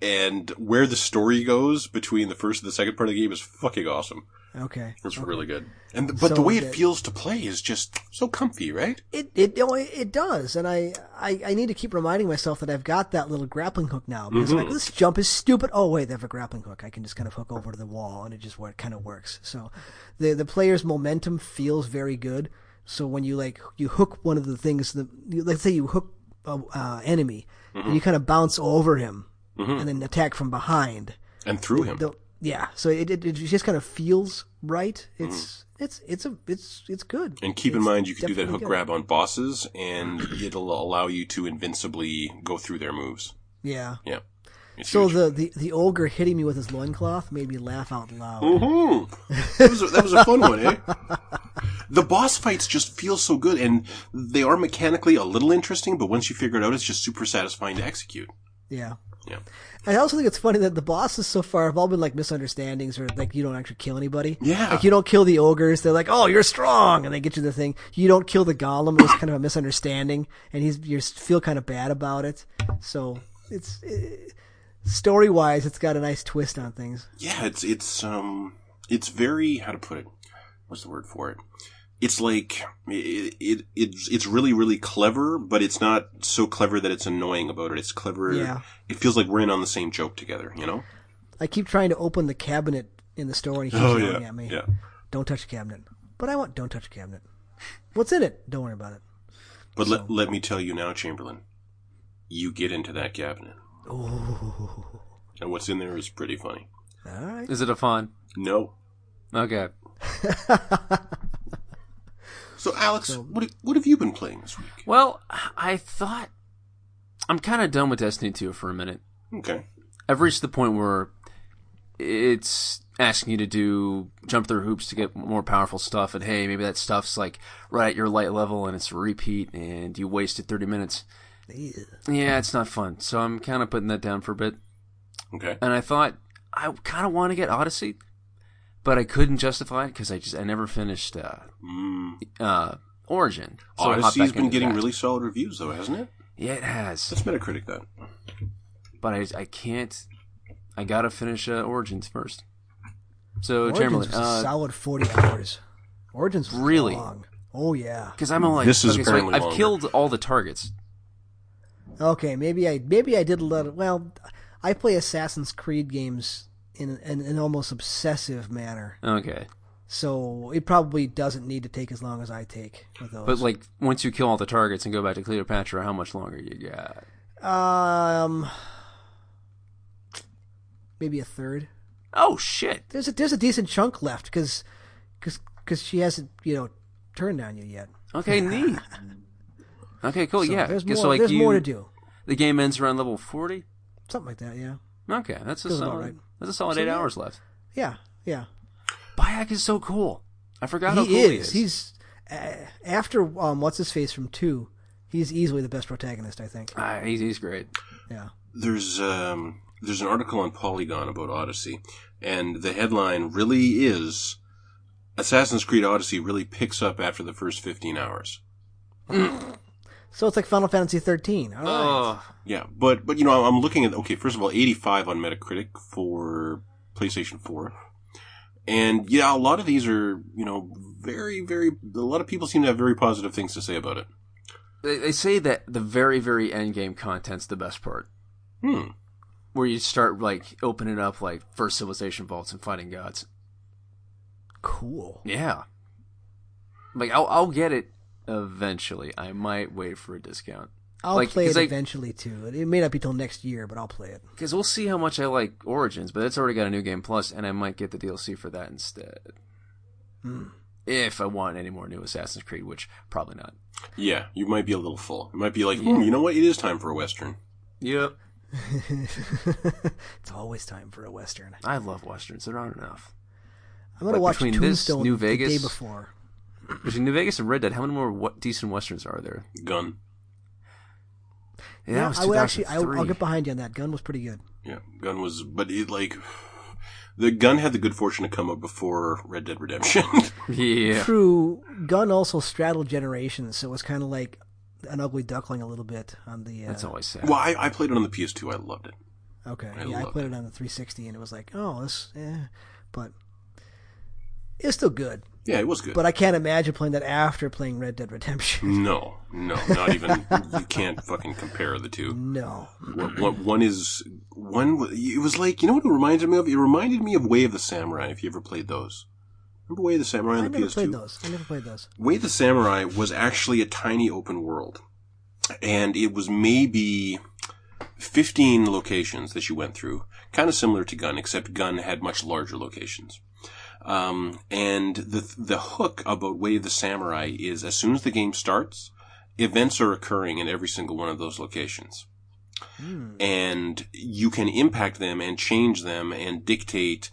and where the story goes between the first and the second part of the game is fucking awesome. Okay. It's really good. And th- but the So way it the- feels to play is just so comfy, right? It it oh, it it does, and I, I I need to keep reminding myself that I've got that little grappling hook now because I'm like Mm-hmm. this jump is stupid. Oh wait, they have a grappling hook. I can just kind of hook over to the wall, and it just wor- it kind of works. So, the the player's momentum feels very good. So when you like you hook one of the things that you, let's say you hook a uh, enemy Mm-hmm. and you kind of bounce over him and then attack from behind. And through him. The- yeah, so it, it it just kind of feels right. It's it's it's a it's it's good. Mm-hmm. And keep in It's mind, you can do that definitely hook good. grab on bosses, and it'll allow you to invincibly go through their moves. Yeah. Yeah. It's So huge. the, the, the ogre hitting me with his loincloth made me laugh out loud. Mhm. That was, a, that was a fun one, eh? The boss fights just feel so good, and they are mechanically a little interesting, but once you figure it out, it's just super satisfying to execute. Yeah. Yeah. I also think it's funny that the bosses so far have all been like misunderstandings or like you don't actually kill anybody. Yeah. Like you don't kill the ogres. They're like, oh, you're strong. And they get you the thing. You don't kill the golem. It was kind of a misunderstanding. And he's, you feel kind of bad about it. So it's, story wise, it's got a nice twist on things. Yeah, it's it's um it's very how to put it. What's the word for it? It's like it, it it's it's really really clever, but it's not so clever that it's annoying about it. It's clever. Yeah. It feels like we're in on the same joke together, you know? I keep trying to open the cabinet in the store and he keeps Oh, yelling at me. Oh, Yeah. Don't touch the cabinet. But I want, don't touch the cabinet. What's in it? Don't worry about it. But let let me tell you now, Chamberlain. You get into that cabinet. Ooh. And what's in there is pretty funny. All right. Is it a fun? No. Okay. So Alex, what what have you been playing this week? Well, I thought I'm kind of done with Destiny 2 for a minute. Okay. I've reached the point where it's asking you to do jump through hoops to get more powerful stuff, and hey, maybe that stuff's like right at your light level, and it's a repeat, and you wasted 30 minutes. Ew. Yeah, it's not fun. So I'm kind of putting that down for a bit. Okay. And I thought I kind of want to get Odyssey, but I couldn't justify it because I just I never finished uh, Mm. uh, Origin. So I hopped Odyssey's back been into getting that. really solid reviews though, hasn't it? yeah, it has. That's Metacritic then. but I I can't. I gotta finish uh, Origins first. So Origins Chamberlain, was a uh, solid forty hours. Origins was Really? long. Oh yeah. because I'm only This is okay, so I- apparently I've longer. killed all the targets. Okay, maybe I maybe I did a lot. Of, well, I play Assassin's Creed games in an, an almost obsessive manner, Okay, so it probably doesn't need to take as long as I take with those. but like once you kill all the targets and go back to Cleopatra, how much longer you got? um, maybe a third. Oh shit! There's a there's a decent chunk left because she hasn't you know turned on you yet. Okay, neat. Okay, cool. So yeah, there's more. so like there's you, more to do. the game ends around level forty. Something like that. Yeah. Okay, that's a Feels about solid. right. That's a solid So, eight yeah. hours left. Yeah. Yeah. Bayak is so cool. I forgot how he cool is. he is. He's uh, after um, what's his face from two. He's easily the best protagonist, I think. Ah, he's he's great. Yeah. there's um, there's an article on Polygon about Odyssey, and the headline really is Assassin's Creed Odyssey really picks up after the first 15 hours. So it's like Final Fantasy thirteen. All right. Oh, Yeah, but but you know I'm looking at okay, first of all, 85 on Metacritic for PlayStation 4. And yeah, a lot of these are, you know, very very a lot of people seem to have very positive things to say about it. They, they say that the very, very end game content's the best part, Hmm. where you start like opening up like first civilization vaults and fighting gods. cool. Yeah, like I'll I'll get it eventually. I might wait for a discount I'll Like, play 'cause it I- eventually too. It may not be till next year, but I'll play it. because we'll see how much I like Origins, but it's already got a new game plus, and I might get the DLC for that instead. Hmm. If I want any more new Assassin's Creed, which probably not. Yeah, you might be a little full. It might be like, hmm, you know what? It is time for a western. Yep. it's always time for a western. I love westerns. There aren't enough. I'm gonna Like, watch between this, Tombstone New the day Vegas- before. Between New Vegas and Red Dead, how many more what decent westerns are there? Gun. Yeah, that was I would actually. I, will 2003. get behind you on that. Gun was pretty good. Yeah, Gun was, but it like the Gun had the good fortune to come up before Red Dead Redemption. Oh, Yeah. True. Gun also straddled generations, so it was kind of like an ugly duckling a little bit on the. Uh, That's always sad. well, I, I played it on the PS2. I loved it. Okay. I yeah, I loved played it on the 360, and it was like, oh, this, eh. but it's still good. Yeah, it was good. But I can't imagine playing that after playing Red Dead Redemption. no, no, not even. you can't fucking compare the two. no, What, what one is one? wa- It was like you know what it reminded me of. It reminded me of Way of the Samurai. If you ever played those, remember Way of the Samurai I on the never PS2? played those. I never played those. Way of the Samurai was actually a tiny open world. And it was maybe 15 locations that you went through, kind of similar to Gun, except Gun had much larger locations. Um, and the, the hook about Way of the Samurai is as soon as the game starts, events are occurring in every single one of those locations. Hmm. and you can impact them and change them and dictate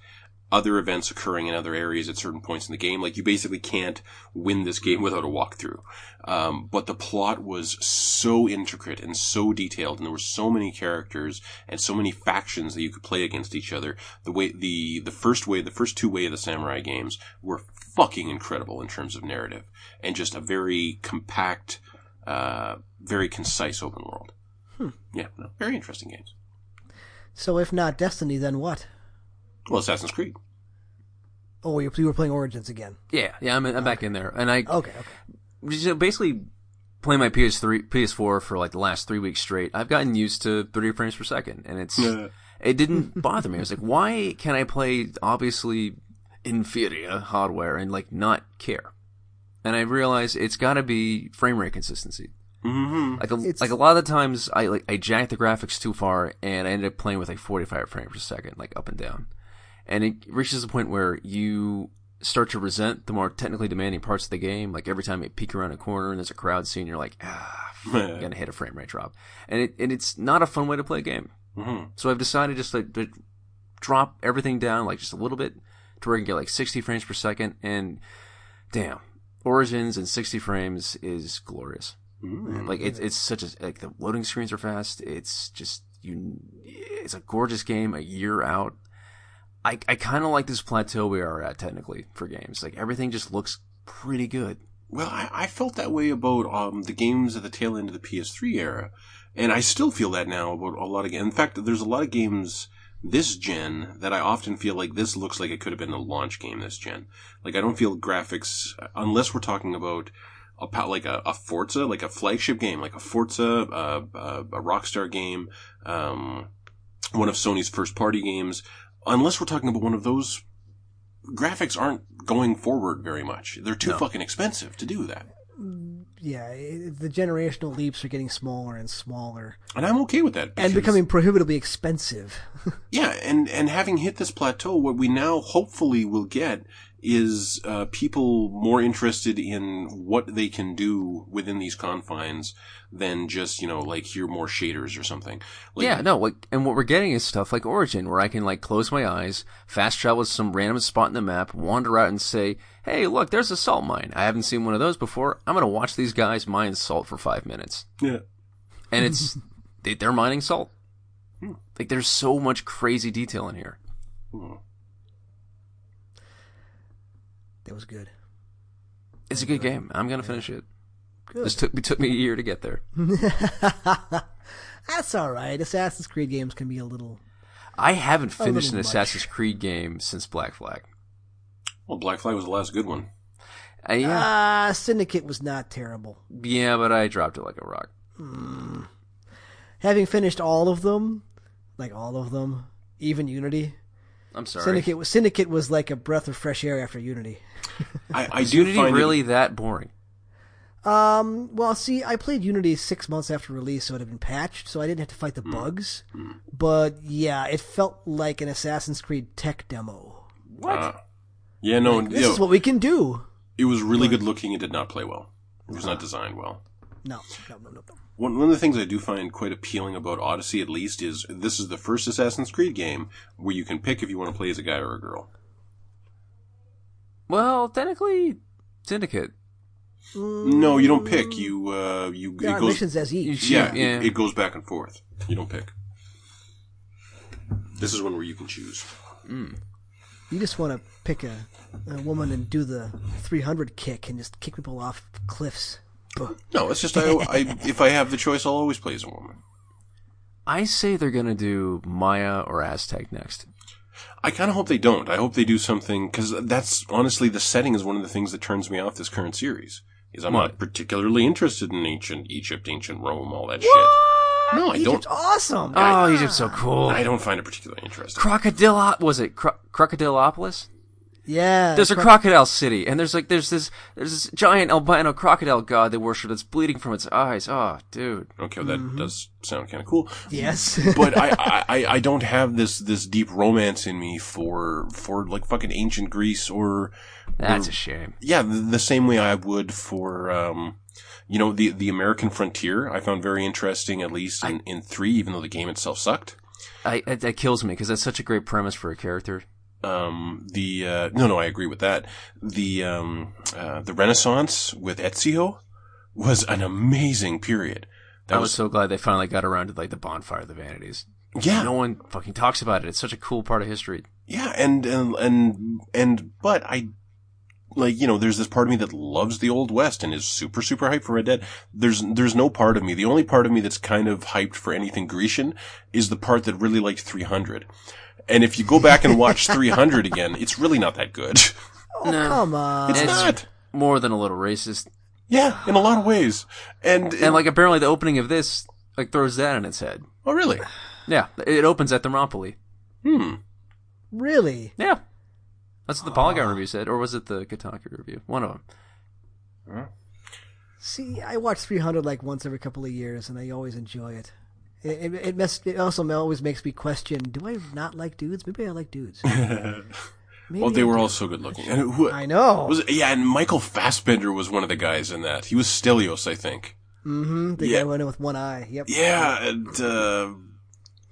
other events occurring in other areas at certain points in the game. Like you basically can't win this game without a walkthrough. Um, but the plot was so intricate and so detailed, and there were so many characters and so many factions that you could play against each other. The way the the first way, the first two way of the samurai games were fucking incredible in terms of narrative and just a very compact, uh, very concise open world. Yeah, no, very interesting games. So if not Destiny, then what? Well, Assassin's Creed. Oh, you you were playing Origins again. Yeah, yeah, I'm, I'm back in there, and I Okay, okay. so basically playing my PS3, PS4 for like the last three weeks straight. I've gotten used to 30 frames per second, and it's Yeah. it didn't bother me. I was like, why can I play obviously inferior hardware and like not care? And I realized it's got to be frame rate consistency. Mm-hmm. Like a, It's- like a lot of the times, I like I jack the graphics too far, and I ended up playing with like 45 frames per second, like up and down. And it reaches a point where you start to resent the more technically demanding parts of the game. Like every time you peek around a corner and there's a crowd scene, you're like, ah, fuck, I'm gonna hit a frame rate drop. And it and it's not a fun way to play a game. Mm-hmm. So I've decided just like to drop everything down like just a little bit to where I can get like 60 frames per second. And damn, Origins and 60 frames is glorious. Like it's it's such a like the loading screens are fast. It's just you. It's a gorgeous game a year out. I I kind of like this plateau we are at technically for games. Like everything just looks pretty good. Well, I, I felt that way about um, the games at the tail end of the PS3 era, and I still feel that now about a lot of games. In fact, there's a lot of games this gen that I often feel like this looks like it could have been a launch game this gen. Like I don't feel graphics unless we're talking about a pa- like a, a Forza, like a flagship game, like a Forza, uh, uh, a Rockstar game, um, one of Sony's first party games. Unless we're talking about one of those, graphics aren't going forward very much. They're too fucking expensive to do that. Yeah, it, the generational leaps are getting smaller and smaller, And I'm okay with that. and because- becoming prohibitively expensive. Yeah, and, and having hit this plateau, what we now hopefully will get is uh, people more interested in what they can do within these confines than just, you know, like hear more shaders or something. Like, yeah, no, like, and what we're getting is stuff like Origin, where I can like close my eyes, fast travel to some random spot in the map, wander out and say, "Hey, look, there's a salt mine. I haven't seen one of those before. I'm gonna watch these guys mine salt for five minutes." Yeah. and it's they, they're mining salt. Like there's so much crazy detail in here. Hmm. That was good. It's a good game. I'm gonna finish it. Good. This took took me a year to get there. That's all right. Assassin's Creed games can be a little. I haven't finished little an much. Assassin's Creed game since Black Flag. Well, Black Flag was the last good one. Uh, yeah, Uh, Syndicate was not terrible. yeah, but I dropped it like a rock. Having finished all of them, like all of them, even Unity, I'm sorry. Syndicate was Syndicate was like a breath of fresh air after Unity. I, I Is do Unity find it- really that boring? Um, well, see, I played Unity six months after release, so it had been patched, so I didn't have to fight the bugs. But yeah, it felt like an Assassin's Creed tech demo. What? Uh, yeah, no, This you know, is what we can do. it was really good looking. It did not play well. It was not Uh-huh. designed well. No, no, no, no, no. One, one of the things I do find quite appealing about Odyssey, at least, is this is the first Assassin's Creed game where you can pick if you want to play as a guy or a girl. well, technically, Syndicate. No, you don't pick. You uh, you There it are goes. missions as You each. shoot, yeah, yeah. It, it goes back and forth. You don't pick. This is one where you can choose. You just want to pick a, a woman and do the 300 kick and just kick people off cliffs. Buh. No, it's just I, I if I have the choice, I'll always play as a woman. I say they're gonna do Maya or Aztec next. I kind of hope they don't. I hope they do something because that's honestly the setting is one of the things that turns me off this current series. Is I'm What? not particularly interested in ancient Egypt, ancient Rome, all that shit. No, I Egypt's don't. awesome. Oh, Egypt's so cool. Ah. I don't find it particularly interesting. Crocodile was it Cro- Crocodilopolis? yeah. There's a Uh, Cro- crocodile city, and there's like there's this there's this giant albino crocodile god they worship that's bleeding from its eyes. Oh, dude. Okay, well, that does sound kind of cool. Yes. but I, I- I, I don't have this, this deep romance in me for, for like fucking ancient Greece or, That's a shame. yeah, the, the same way I would for, um, you know, the, the American frontier I found very interesting, at least in, in three, even though the game itself sucked. I, I that kills me because that's such a great premise for a character. Um, the, uh, no, no, I agree with that. The, um, uh, the Renaissance with Ezio was an amazing period. That I was so glad they finally got around to like the bonfire of the vanities. yeah. No one fucking talks about it. It's such a cool part of history. Yeah, and and and and but I like you know there's this part of me that loves the old west and is super super hyped for Red Dead. There's there's no part of me. The only part of me that's kind of hyped for anything Grecian is the part that really liked 300. And if you go back and watch 300 again, it's really not that good. Oh, come on. It's, not. more than a little racist. Yeah, in a lot of ways. And, And like apparently the opening of this like throws that in its head. oh really? Yeah, it opens at Thermopylae. Hmm. Really? Yeah, that's what the Polygon review said, or was it the Kotaku review? One of them. See, I watch 300 like once every couple of years, and I always enjoy it. It, it, it, mess, it also always makes me question: Do I not like dudes? Maybe I like dudes. Maybe Well, they I were do. all so good looking. And who, I know. Was yeah, and Michael Fassbender was one of the guys in that. He was Stelios, I think. Mm-hmm. The Yeah. guy went in with one eye. Yep. Yeah, and uh,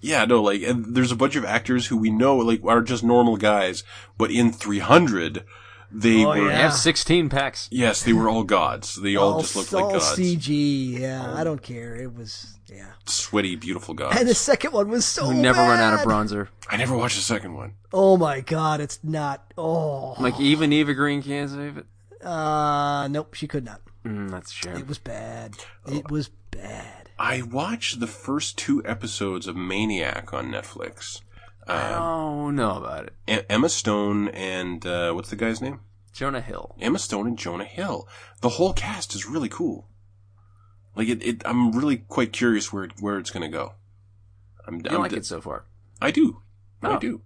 yeah, no, like, and there's a bunch of actors who we know like are just normal guys, but in 300, they Oh, were I yeah. Oh, have sixteen packs. yes, they were all gods. They all, just looked like all gods, CG. Yeah, I don't care. It was yeah. sweety, beautiful gods. And the second one was so Who never run out of bad. bronzer. I never watched the second one. Oh my god, it's not. Oh, Like even Eva Green can't save it. uh, nope, she could not. Mm, that's a shame. It was bad. Oh. It was bad. I watched the first two episodes of Maniac on Netflix. Um, I Oh. don't know about it. E- Emma Stone and uh, what's the guy's name? Jonah Hill. Emma Stone and Jonah Hill. The whole cast is really cool. Like it, it I'm really quite curious where it, where it's going to go. I'm, You I'm like di- it so far? I do. I Oh. do.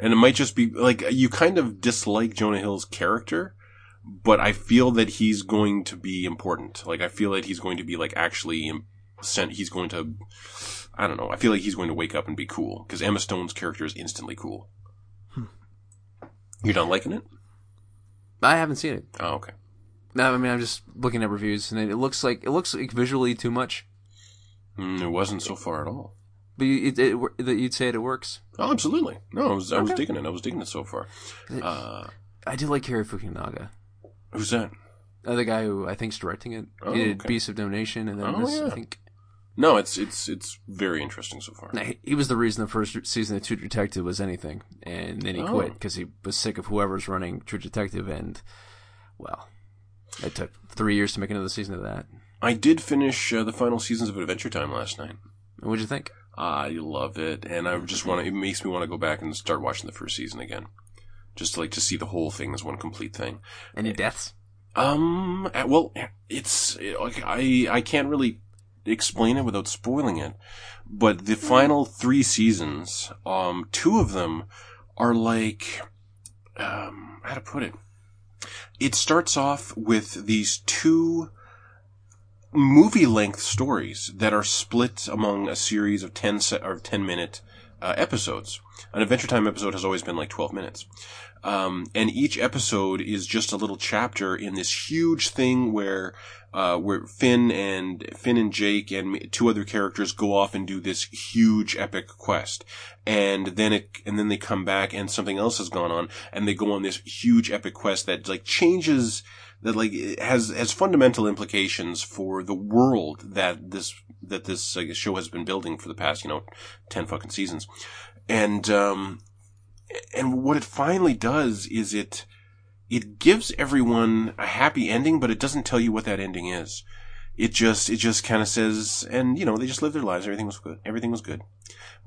And it might just be like you kind of dislike Jonah Hill's character, but I feel that he's going to be important. Like I feel that he's going to be like actually im- sent. He's going to. I don't know. I feel like he's going to wake up and be cool because Emma Stone's character is instantly cool. Hmm. You're not liking it? I haven't seen it. Oh, okay. No, I mean I'm just looking at reviews, and it looks like it looks like visually too much. Mm, it wasn't so far at all. But you, it, it, that you'd say it works. Oh, absolutely. No, I was, I was digging it. I was digging it so far. Uh, I do like Kerry Fukunaga, who's that? uh, the guy who I think's directing it. Oh, he did okay. Beast of Domination, and then Oh, this, yeah. I think No, it's it's it's very interesting so far. No, he- he was the reason the first season of True Detective was anything, and then he Oh. quit because he was sick of whoever's running True Detective, and well, it took three years to make another season of that. I did finish uh, the final seasons of Adventure Time last night. What'd you think? I love it, and I just want to. It makes me want to go back and start watching the first season again, just to, like to see the whole thing as one complete thing. Any deaths? Um, uh, well, it's eh, like I I can't really explain it without spoiling it, but the final three seasons, um, two of them are like, um, how to put it. It starts off with these two movie length stories that are split among a series of 10 se- or 10 minute uh, episodes. An Adventure Time episode has always been like 12 minutes. Um, and each episode is just a little chapter in this huge thing where, uh, where Finn and Finn and Jake and two other characters go off and do this huge epic quest. And then it, and then they come back and something else has gone on and they go on this huge epic quest that like changes, that like it has has fundamental implications for the world that this that this uh, show has been building for the past you know ten fucking seasons, and um, and what it finally does is it it gives everyone a happy ending, but it doesn't tell you what that ending is. It just it just kind of says, and you know they just lived their lives. Everything was good. Everything was good.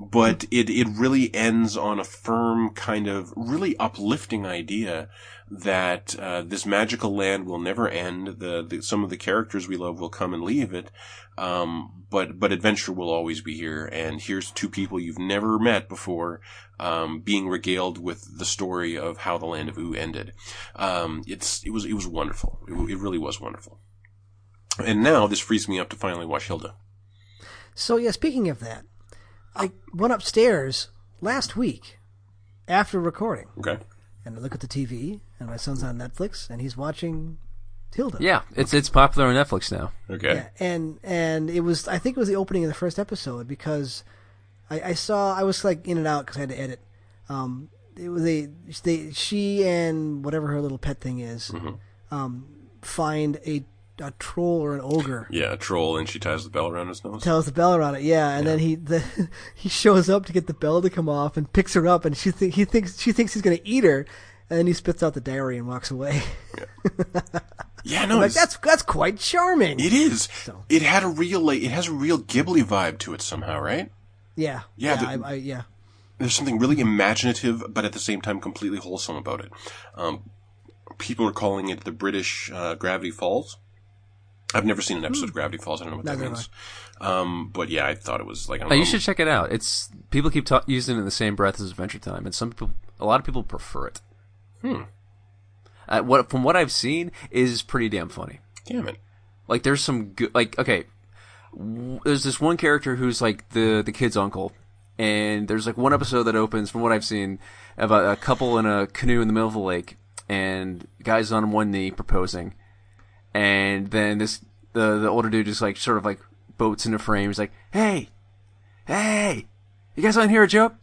But it, it really ends on a firm kind of really uplifting idea that uh, this magical land will never end. The, the some of the characters we love will come and leave it, um, but but adventure will always be here. And here's two people you've never met before um, being regaled with the story of how the land of Ooh ended. Um, it's it was it was wonderful. It, w- it really was wonderful. And now this frees me up to finally watch Hilda. So yeah, speaking of that, I went upstairs last week after recording, Okay. and I look at the TV, and my son's on Netflix, and he's watching Tilda. Yeah, it's it's popular on Netflix now. Okay. Yeah, and and it was I think it was the opening of the first episode because I, I saw I was like in and out because I had to edit. Um, it was a they she and whatever her little pet thing is, um, find a a troll or an ogre. Yeah, a troll, and she ties the bell around his nose. Tells the bell around it, yeah, and then he the, he shows up to get the bell to come off and picks her up, and she th- he thinks she thinks he's gonna eat her, and then he spits out the diary and walks away. Yeah, no, like it's- that's that's quite charming. It is. It had a real, like, it has a real Ghibli vibe to it somehow, right? yeah, Yeah, yeah, the- I, I, yeah. There's something really imaginative, but at the same time completely wholesome about it. Um, people are calling it the British uh, Gravity Falls. I've never seen an episode of Gravity Falls. I don't know what that Hmm. Neither means. have Um, but yeah, I thought it was like. I don't Hey, know, Oh, you should check it out. It's people keep ta- using it in the same breath as Adventure Time, and some people, a lot of people prefer it. Hmm. Uh, what from what I've seen is pretty damn funny. Damn it. Like there's some good. Like okay, w- there's this one character who's like the the kid's uncle, and there's like one episode that opens from what I've seen of a, a couple in a canoe in the middle of the lake, and guys on one knee proposing, and then this the the older dude just like sort of like boats into frame. He's like, hey, hey, you guys want to hear a joke?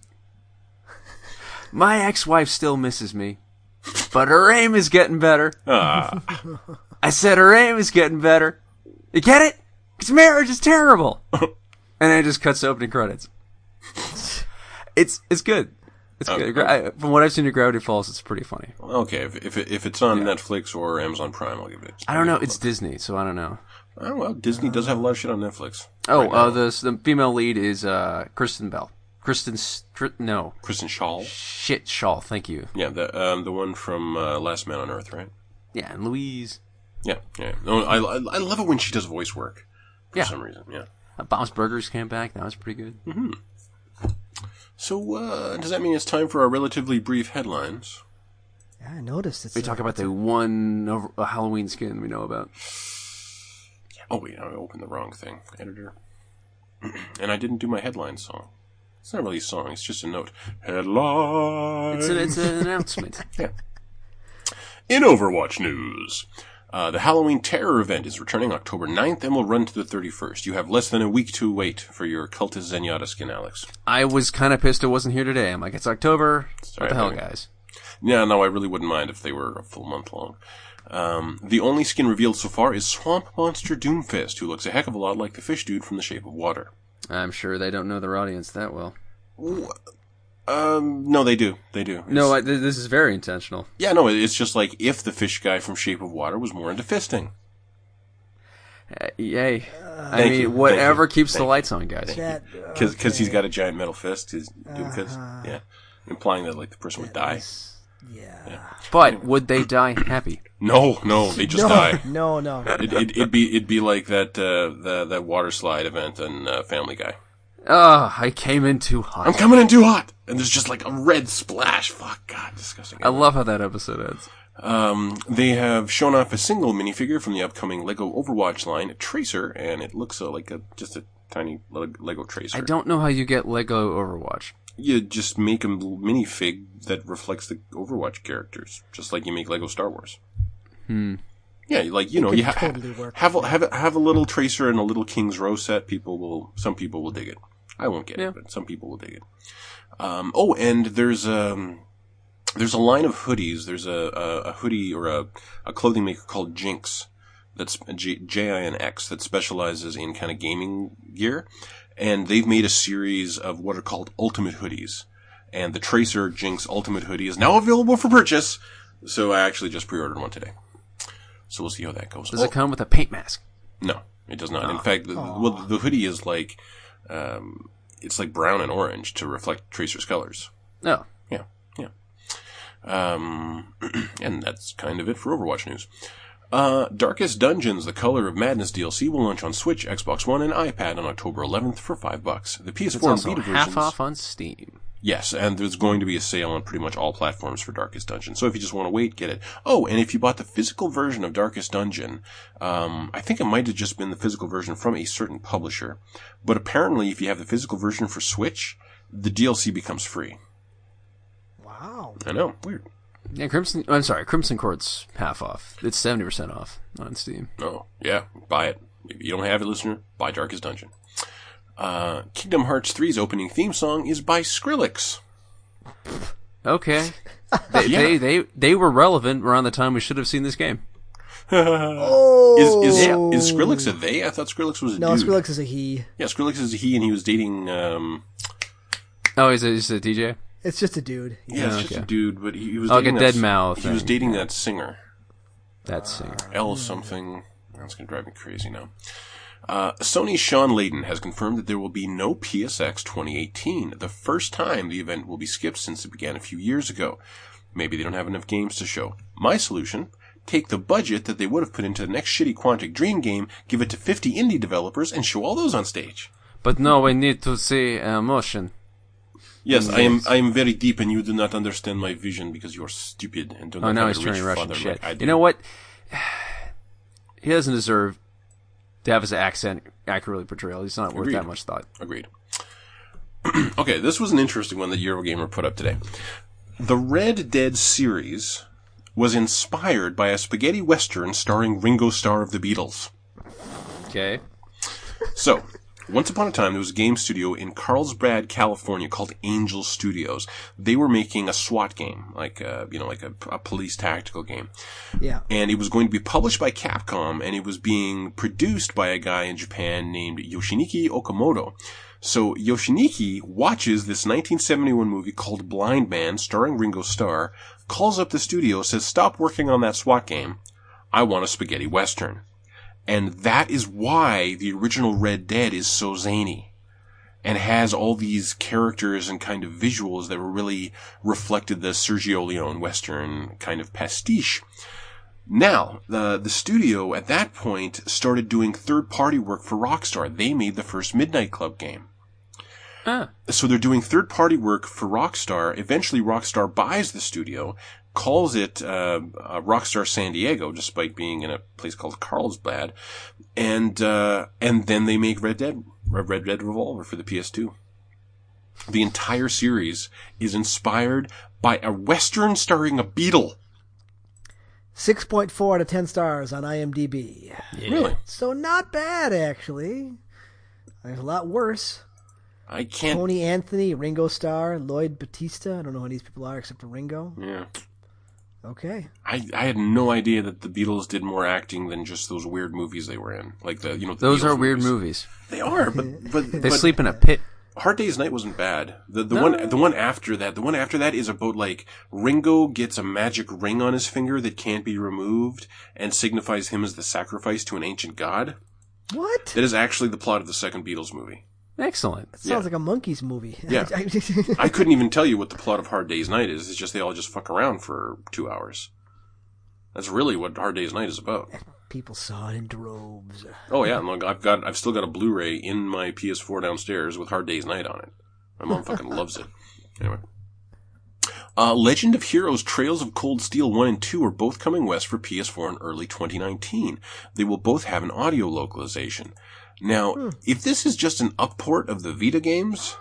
My ex-wife still misses me, but her aim is getting better. Ah, I said her aim is getting better. You get it? Because marriage is terrible. and then it just cuts to opening credits. It's it's good. It's good. Gra- I- from what I've seen of Gravity Falls, it's pretty funny. okay. If if, it, if it's on Netflix or Amazon Prime, I'll give it. I don't know. It's Disney, so I don't know. Oh well, Disney does have a lot of shit on Netflix. Oh, Right uh, now. the the female lead is uh, Kristen Bell. Kristen Str- no Kristen Shaw. shit Shaw. Thank you. Yeah, the um, the one from uh, Last Man on Earth, right? Yeah, and Louise. Yeah, yeah. No, I, I I love it when she does voice work for Yeah. some reason. Yeah. Uh, Bob's Burgers came back. That was pretty good. So uh, does that mean it's time for our relatively brief headlines? Yeah, I noticed it's We uh, talk about the one over- uh, Halloween skin we know about. Oh wait, I opened the wrong thing, editor. and I didn't do my headline song. It's not really a song; it's just a note. Headline. It's, a, it's an announcement. In Overwatch news, uh, the Halloween Terror event is returning October 9th and will run to the 31st. You have less than a week to wait for your Cultist Zenyatta skin, Alex. I was kind of pissed it wasn't here today. I'm like, it's October. Sorry, what the hell, baby. guys? Yeah, no, I really wouldn't mind if they were a full month long. Um, the only skin revealed so far is Swamp Monster Doomfist, who looks a heck of a lot like the fish dude from The Shape of Water. I'm sure they don't know their audience that well. Um, no, they do. They do. No, I, th- this is very intentional. Yeah, no, it's just like if the fish guy from Shape of Water was more into fisting. Uh, yay! I Thank mean, you, whatever thank you, keeps the thank lights on, guys. that. Because he's got a giant metal fist, his Doomfist. Uh-huh. Yeah. Implying that, like, the person would die. uh, Yeah. But would they die happy? No, no, they just no, die. no, no, no. It, it, it'd be it'd be like that uh, the, that water slide event on uh, Family Guy. Ah, I came in too hot. I'm coming in too hot, and there's just like a red splash. Fuck, God, disgusting. I love how that episode ends. Um, they have shown off a single minifigure from the upcoming Lego Overwatch line, a Tracer, and it looks uh, like a just a tiny Le- Lego Tracer. I don't know how you get Lego Overwatch. You just make a l- minifig that reflects the Overwatch characters, just like you make Lego Star Wars. Hmm. Yeah, like you know, you ha- totally work have a, have a, have a little Tracer and a little King's Row set. People will, some people will dig it. I won't get Yeah. it, but some people will dig it. Um, oh, and there's um, there's a line of hoodies. There's a, a, a hoodie or a, a clothing maker called Jinx that's J I N X that specializes in kind of gaming gear, and they've made a series of what are called ultimate hoodies. And the Tracer Jinx Ultimate hoodie is now available for purchase. So I actually just pre-ordered one today. So we'll see how that goes. Does Oh, it Ah. come with a paint mask? no, it does not. In fact, the, well, the hoodie is like, um, it's like brown and orange to reflect Tracer's colors. No. Yeah, yeah. Um, and that's kind of it for Overwatch news. Uh, Darkest Dungeons: The Color of Madness DLC will launch on Switch, Xbox One, and iPad on October 11th for five bucks. The PS4 It's also and Vita half versions. off on Steam. Yes, and there's going to be a sale on pretty much all platforms for Darkest Dungeon. So if you just want to wait, get it. Oh, and if you bought the physical version of Darkest Dungeon, um, I think it might have just been the physical version from a certain publisher, but apparently, if you have the physical version for Switch, the DLC becomes free. Wow. I know, weird. Yeah, Crimson. I'm sorry, Crimson Court's half off. It's seventy percent off on Steam. Oh, yeah, buy it. If you don't have it, listener, buy Darkest Dungeon. Uh, Kingdom Hearts 3's opening theme song is by Skrillex. Okay, Uh, they, they they they were relevant around the time we should have seen this game. Oh, Is is, is Skrillex a they? I thought Skrillex was a no, dude. Skrillex is a he. Yeah, Skrillex is a he, and he was dating. Um, Oh, is it is it DJ? It's just a dude. yeah, it's just Oh, okay. a dude, but he, he was Oh, like dating a that, dead mouth He was thing. dating that singer. That Uh, singer. L something. That's going to drive me crazy now. Uh, Sony's Sean Layden has confirmed that there will be no PSX 2018, the first time the event will be skipped since it began a few years ago. Maybe they don't have enough games to show. My solution? Take the budget that they would have put into the next shitty Quantic Dream game, give it to 50 indie developers, and show all those on stage. But no, we need to see uh, emotion. Yes, I am. I am very deep, and you do not understand my vision because you are stupid and do not Oh, now have he's a rich turning Russian father shit. like I do. you know what? He doesn't deserve to have his accent accurately portrayed. He's not worth Agreed. that much thought. Agreed. okay, this was an interesting one that Eurogamer put up today. The Red Dead series was inspired by a spaghetti western starring Ringo Starr of the Beatles. Okay. So, once upon a time, there was a game studio in Carlsbad, California called Angel Studios. They were making a SWAT game, like a, you know, like a, a police tactical game Yeah. and it was going to be published by Capcom, and it was being produced by a guy in Japan named Yoshiniki Okamoto. So Yoshiniki watches this 1971 movie called Blind Man, starring Ringo Starr, calls up the studio, says, "Stop working on that SWAT game. I want a spaghetti western." And that is why the original Red Dead is so zany and has all these characters and kind of visuals that were really reflected the Sergio Leone western kind of pastiche. Now, the the studio at that point started doing third party work for Rockstar. They made the first Midnight Club game. Ah. So they're doing third party work for Rockstar. Eventually, Rockstar buys the studio, calls it uh, uh, Rockstar San Diego, despite being in a place called Carlsbad, and uh, and then they make Red Dead Red Red Dead Revolver for the PS2. The entire series is inspired by a western starring a beetle. Six point four out of ten stars on IMDb. Really, So not bad actually. There's a lot worse. I can't. Tony Anthony, Ringo Starr, Lloyd Batista. I don't know who these people are except for Ringo. Yeah. Okay. I, I had no idea that the Beatles did more acting than just those weird movies they were in. Like the you know the Those Beatles are weird movies. They are, but but, They but uh, sleep in a pit. Hard Day's Night wasn't bad. The the No. one the one after that the one after that is about like Ringo gets a magic ring on his finger that can't be removed and signifies him as the sacrifice to an ancient god. What? That is actually the plot of the second Beatles movie. Excellent. That sounds like a monkey's movie. Yeah. I couldn't even tell you what the plot of Hard Day's Night is. It's just they all just fuck around for two hours. That's really what Hard Day's Night is about. people saw it in droves. Oh yeah, and look, I've got I've still got a Blu-ray in my PS4 downstairs with Hard Day's Night on it. My mom fucking loves it. Anyway. Uh, Legend of Heroes Trails of Cold Steel 1 and 2 are both coming west for PS4 in early 2019. They will both have an audio localization. Now, if this is just an upport of the Vita games,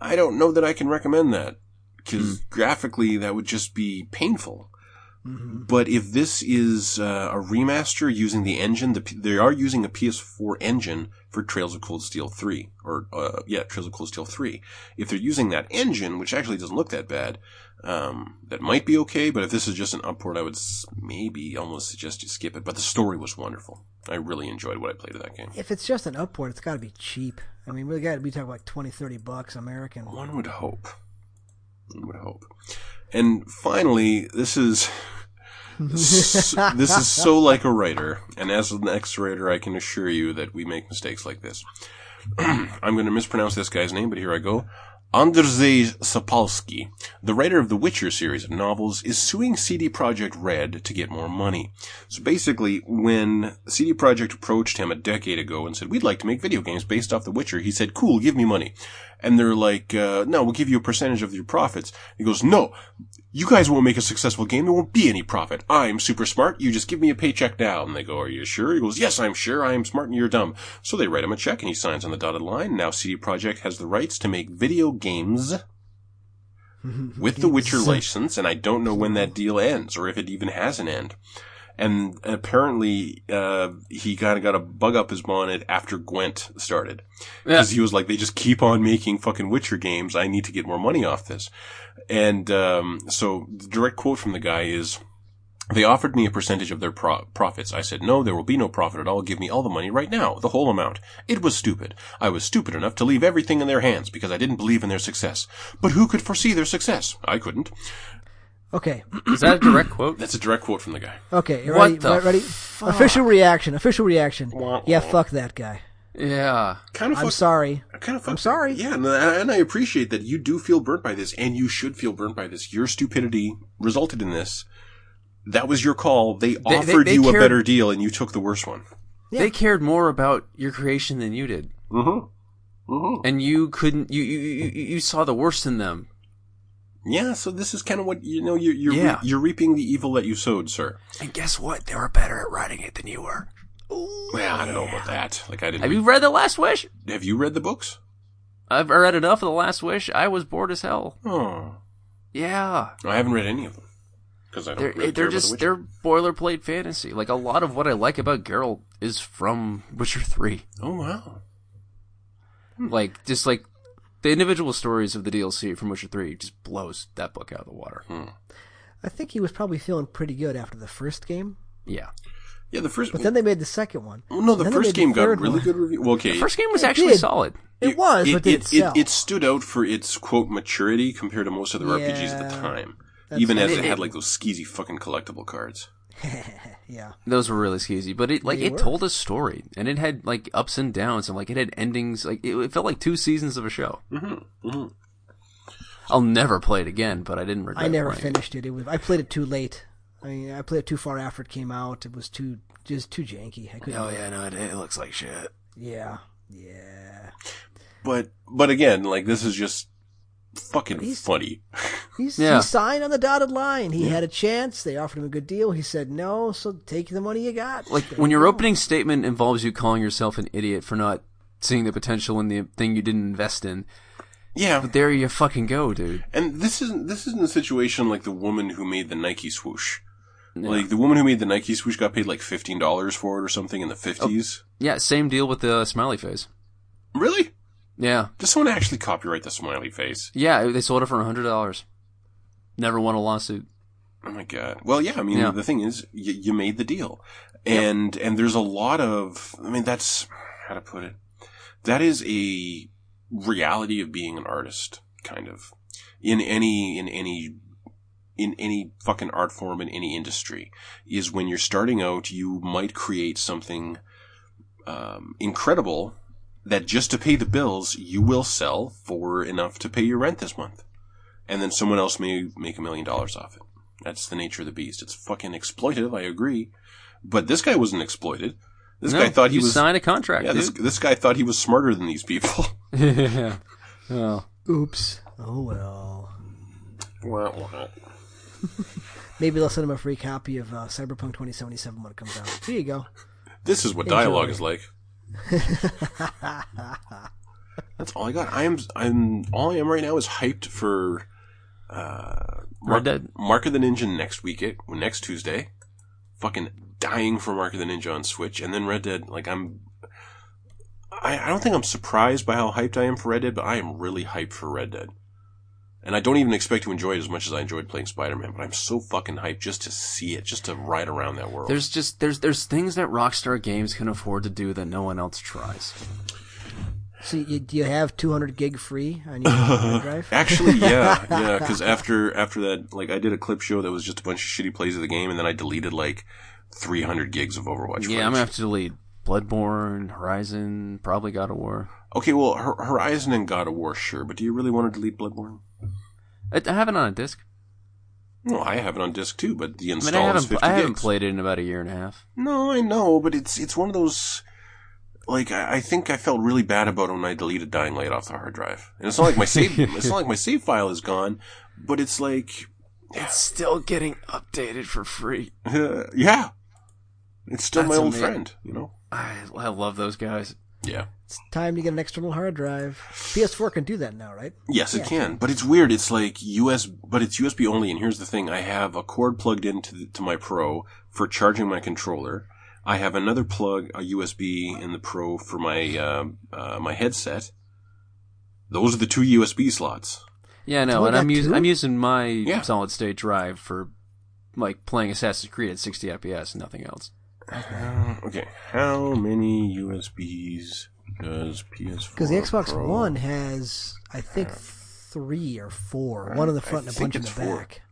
I don't know that I can recommend that. Because graphically, that would just be painful. Mm-hmm. But if this is uh, a remaster using the engine, the, P- they are using a PS4 engine for Trails of Cold Steel 3, or uh, yeah, Trails of Cold Steel 3. If they're using that engine, which actually doesn't look that bad, um, that might be okay. But if this is just an upward, I would s- maybe almost suggest you skip it. But the story was wonderful. I really enjoyed what I played of that game. If it's just an upward, it's got to be cheap. I mean, we got to be talking like 20, 30 bucks American. One would hope. One would hope. And finally, this is this is so like a writer, and as an ex-writer, I can assure you that we make mistakes like this. I'm going to mispronounce this guy's name, but here I go. Andrzej Sapolsky, the writer of the Witcher series of novels, is suing CD Projekt Red to get more money. So basically, when CD Projekt approached him a decade ago and said, we'd like to make video games based off The Witcher, he said, cool, give me money. And they're like, uh, no, we'll give you a percentage of your profits. He goes, no, you guys won't make a successful game. There won't be any profit. I'm super smart. You just give me a paycheck now. And they go, are you sure? He goes, yes, I'm sure. I am smart and you're dumb. So they write him a check and he signs on the dotted line. Now CD Projekt has the rights to make video games with the Witcher license, and I don't know when that deal ends or if it even has an end. And apparently, uh, he kind of got a bug up his bonnet after Gwent started. Because he was like, they just keep on making fucking Witcher games. I need to get more money off this. And um, so the direct quote from the guy is, they offered me a percentage of their pro- profits. I said, no, there will be no profit at all. Give me all the money right now, the whole amount. It was stupid. I was stupid enough to leave everything in their hands because I didn't believe in their success. But who could foresee their success? I couldn't. Okay. Is that a direct quote? That's a direct quote from the guy. Okay. You What ready? the Re- ready? Official reaction. Official reaction. Wah, Yeah, wah. fuck that guy. Yeah. Kind of I'm fucked- sorry. Kind of fucked- sorry. Yeah, and I, and I appreciate that you do feel burnt by this, and you should feel burnt by this. Your stupidity resulted in this. That was your call. They, offered they you a cared- better deal, and you took the worse one. Yeah. They cared more about your creation than you did. Mm-hmm. Mm-hmm. And you couldn't you you, you, you you saw the worst in them. Yeah, so this is kind of what you know. You're you're, Yeah. you're reaping the evil that you sowed, sir. And guess what? They were better at writing it than you were. Well, I don't know about that. Like I didn't. Have you read The Last Wish? have you read the books? I've read enough of The Last Wish. I was bored as hell. Oh, Yeah. I haven't read any of them because I don't. They're, really care they're about The just Witcher. they're boilerplate fantasy. Like a lot of what I like about Geralt is from Witcher Three. Oh wow. Like just like the individual stories of the DLC from Witcher Three just blows that book out of the water. I think he was probably feeling pretty good after the first game, Yeah, Yeah, the first. but then they made the second one. well, no, the Then they first made the game got third really one. good review. Well, okay, the first game was It actually did. solid. It was, but did it it, sell? it stood out for its quote maturity compared to most other RPGs at the Yeah. time. That's Even right. as it, It- had it- like those skeezy fucking collectible cards. yeah. Those were really skeezy, but it like They it were. told a story and it had like ups and downs and like it had endings. Like it, it felt like two seasons of a show. Mm-hmm. Mm-hmm. I'll never play it again, but I didn't regret. I never playing it. finished it. It was I played it too late. I mean, I played it too far after it came out. It was too just too janky. I couldn't. Oh yeah, no, it, it looks like shit. Yeah. Yeah. But but again, like this is just fucking he's- funny. He's, Yeah. He signed on the dotted line. He had a chance. They offered him a good deal. He said no. So take the money you got. like when your opening statement involves you calling yourself an idiot for not seeing the potential in the thing you didn't invest in Yeah, but there you fucking go dude And this isn't this isn't a situation like the woman who made the Nike swoosh. Like the woman who made the Nike swoosh got paid like fifteen dollars for it or something in the fifties. yeah same deal with the smiley face Oh. Really? yeah Does someone actually copyright the smiley face? yeah they sold it for a hundred dollars never won a lawsuit Oh my god. Well, yeah. I mean, Yeah. the thing is, y- you made the deal, and and there's a lot of. I mean, that's how to put it. That is a reality of being an artist, kind of, in any in any in any fucking art form in any industry is when you're starting out, you might create something um, incredible that just to pay the bills, you will sell for enough to pay your rent this month. And then someone else may make a million dollars off it. That's the nature of the beast. It's fucking exploitive, I agree. But this guy wasn't exploited. This No, guy thought he you was. signed a contract Yeah, this, dude. this guy thought he was smarter than these people. yeah oh. oops. Oh well. Well, Maybe they'll send him a free copy of uh, Cyberpunk 2077 when it comes out. Here you go. This is what dialogue is like. That's all I got. I'm I'm all I am right now is hyped for uh, Red Dead. Mark of the Ninja next week it next Tuesday. Fucking dying for Mark of the Ninja on Switch, and then Red Dead. Like I'm, I, I don't think I'm surprised by how hyped I am for Red Dead, but I am really hyped for Red Dead. And I don't even expect to enjoy it as much as I enjoyed playing Spider Man, but I'm so fucking hyped just to see it, just to ride around that world. there's just there's there's things that rockstar games can afford to do that no one else tries So you, do you have 200 gig free on your hard drive? Actually, yeah, yeah. Because after after that, like, I did a clip show that was just a bunch of shitty plays of the game, and then I deleted like 300 gigs of Overwatch. yeah footage. i'm gonna have to delete bloodborne horizon probably god of war Okay, well, Hor- Horizon and God of War, sure, but do you really want to delete Bloodborne? i, I have it on a disc No, I have it on disc too, but the I mean, install I is haven't, 50 pl- I haven't gigs. played it in about a year and a half. No, I know, but it's it's one of those. Like I, I think I felt really bad about it when I deleted Dying Light off the hard drive, and it's not like my save. it's not like my save file is gone, but it's like, It's still getting updated for free. yeah, it's still That's my old amazing. friend, you know. I, I love those guys. Yeah. It's time to get an external hard drive. PS4 can do that now, right? Yes, it can, but it's weird. It's like US, but it's USB only. And here's the thing: I have a cord plugged into the, to my Pro for charging my controller. I have another plug, a USB in the Pro for my uh, uh, my headset. Those are the two USB slots. Yeah, no, Oh, and that I'm using too? I'm using my Yeah. solid state drive for like playing Assassin's Creed at 60 FPS and nothing else. Okay, how many USBs does PS4? Because the Xbox Pro- One has, I think, three or four. One in the I front and a think bunch in the it's four. back.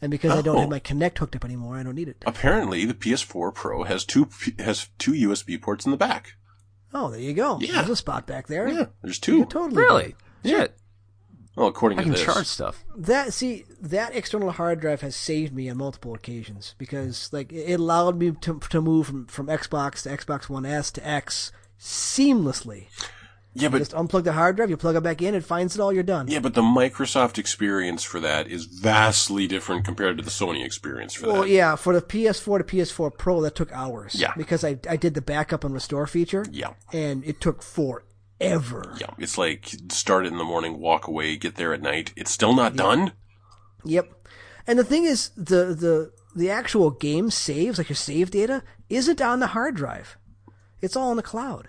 And because I don't Oh. have my Kinect hooked up anymore, I don't need it. Apparently, the PS4 Pro has two P- has two USB ports in the back. Oh, there you go. Yeah. There's a spot back there. Yeah, there's You two. could totally Really? Yeah. Shit. Well, according I to can this, charge stuff. that see that external hard drive has saved me on multiple occasions because like it it allowed me to, to move from, from Xbox to Xbox One S to X seamlessly. yeah, but Just unplug the hard drive, you plug it back in, it finds it all, you're done. Yeah, but the Microsoft experience for that is vastly different compared to the Sony experience for Well, that. yeah, for the PS4 to PS4 Pro, that took hours. uh, Yeah. Because I, I did the backup and restore feature. Yeah. And it took forever. Yeah, it's like start it in the morning, walk away, get there at night. It's still not done. Yep. And the thing is, the, the, the actual game saves, like your save data, isn't on the hard drive. It's all in the cloud.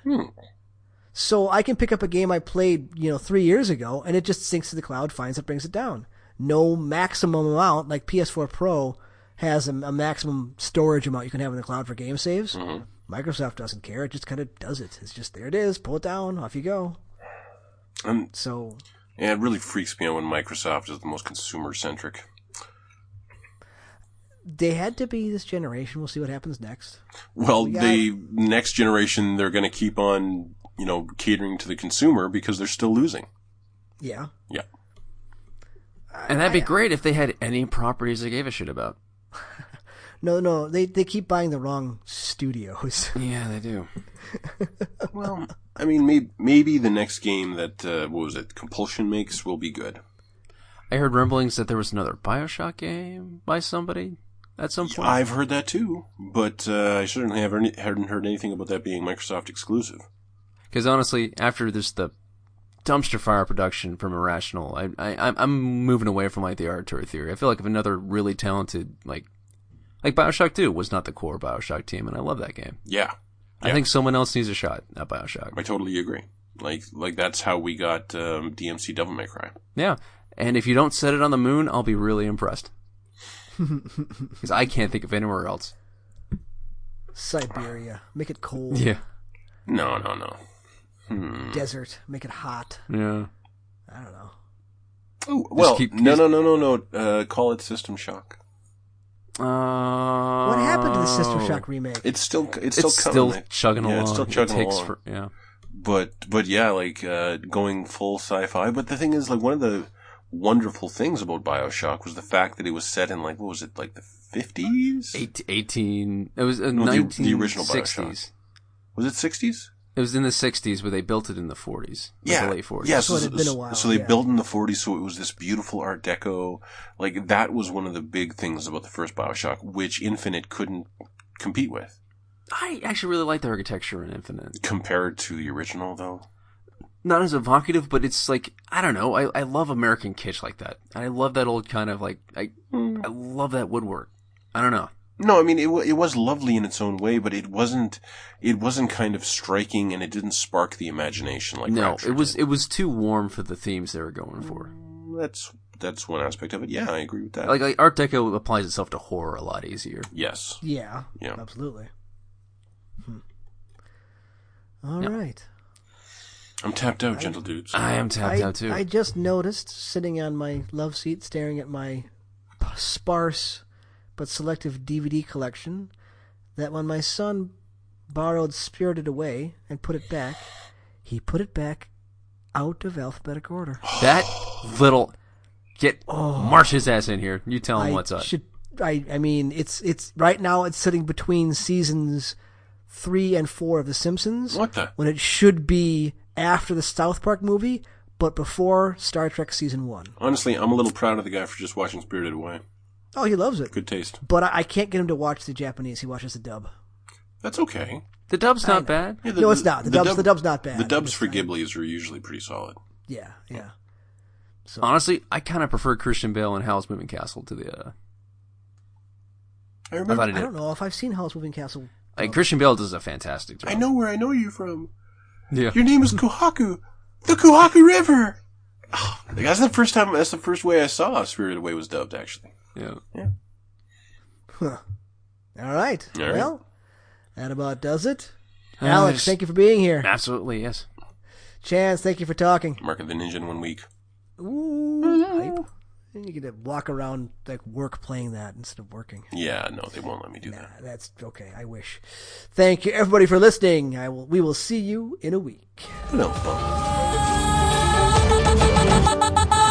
So I can pick up a game I played, you know, three years ago, and it just syncs to the cloud, finds it, brings it down. No maximum amount, like PS4 Pro has a, a maximum storage amount you can have in the cloud for game saves. Microsoft doesn't care; it just kind of does it. It's just there it is, pull it down, off you go. And So yeah, it really freaks me out when Microsoft is the most consumer centric. they had to be this generation. We'll see what happens next. Well, got the next generation, they're going to keep on, you know, catering to the consumer because they're still losing. Yeah, Yeah. And that'd be great if they had any properties they gave a shit about. no, no, they they keep buying the wrong studios. Yeah, they do. Well, I mean, maybe, maybe the next game that, uh, what was it, Compulsion makes will be good. I heard rumblings that there was another Bioshock game by somebody at some point. I've heard that too, but uh, I certainly have any, hadn't heard anything about that being Microsoft exclusive. Because honestly, after this the dumpster fire production from Irrational, I, I I'm- I'm moving away from like the Arturo theory. I feel like if another really talented like like Bioshock Two was not the core Bioshock team, and I love that game. Yeah, I Yeah. think someone else needs a shot at Bioshock. I totally agree. Like, like that's how we got um, DMC Devil May Cry. Yeah, and if you don't set it on the moon, I'll be really impressed. Because I can't think of anywhere else. Siberia, make it cold. Yeah, No, no, no. Desert, make it hot. yeah. I don't know. Oh, well, keep- no, just- no, no, no, no. Uh, call it System Shock. Uh, What happened to the oh. System Shock remake? It's still, it's, It's, still, still, coming. chugging yeah, along. It's still chugging it takes along. For, yeah. but, but yeah, like uh, going full sci-fi. But the thing is, like one of the wonderful things about Bioshock was the fact that it was set in like what was it, like the fifties? Eight, 18 it was uh, No, the- the 1960s original Bioshock. Was it sixties? it was in the 60s where they built it in the 40s like the late 40s Yeah, So it had been a while, so they yeah. built in the 40s, so it was this beautiful Art Deco. Like that was one of the big things about the first Bioshock, which Infinite couldn't compete with i actually really like the architecture in infinite compared to the original, though. not as evocative but it's like i don't know i, I love american kitsch like that i love that old kind of like i i love that woodwork i don't know No, I mean it. wa- It was lovely in its own way, but it wasn't. It wasn't kind of striking, and it didn't spark the imagination like. no Rapture it was did. it was too warm for the themes they were going for That's that's one aspect of it. Yeah, I agree with that. like, like art deco applies itself to horror a lot easier yes. Yeah. Yeah. Absolutely. Hmm. All right. Yeah. I'm tapped out, gentle dudes. i am tapped I, out too I just noticed sitting on my love seat, staring at my p- sparse but selective DVD collection, that when my son borrowed Spirited Away and put it back, he put it back out of alphabetic order. that little get Oh. march his ass in here you tell him I what's up Should I? I mean, it's it's right now. It's sitting between seasons three and four of The Simpsons. What the? When it should be after the South Park movie, but before Star Trek season one. Honestly, I'm a little proud of the guy for just watching Spirited Away. Oh, he loves it. Good taste. But I, I can't get him to watch the Japanese. He watches the dub. That's okay. The dub's not bad. Yeah, No, it's not. The dub's- the dub's not bad. The dubs It's for not- Ghibli's are usually pretty solid. Yeah, yeah. So Honestly, I kind of prefer Christian Bale and Howl's Moving Castle to the. Uh, I I remember. thought I, I I did. don't know if I've seen House Moving Castle. Like, Christian Bale does a fantastic job. know where I know you from. Yeah. Your name is Kuhaku, the Kuhaku River. Oh, that's the first time. That's the first way I saw Spirited Away was dubbed. Actually, yeah. Huh. All right. All right. well, that about does it. Uh, Alex, just- thank you for being here. Absolutely, yes. Chance, thank you for talking. Mark of the Ninja in one week. Ooh, hype. And you get to walk around like work playing that instead of working. Yeah, no, they won't let me do Nah, that. that's okay. I wish. Thank you everybody for listening. I will. We will see you in a week. No fun. Thank you.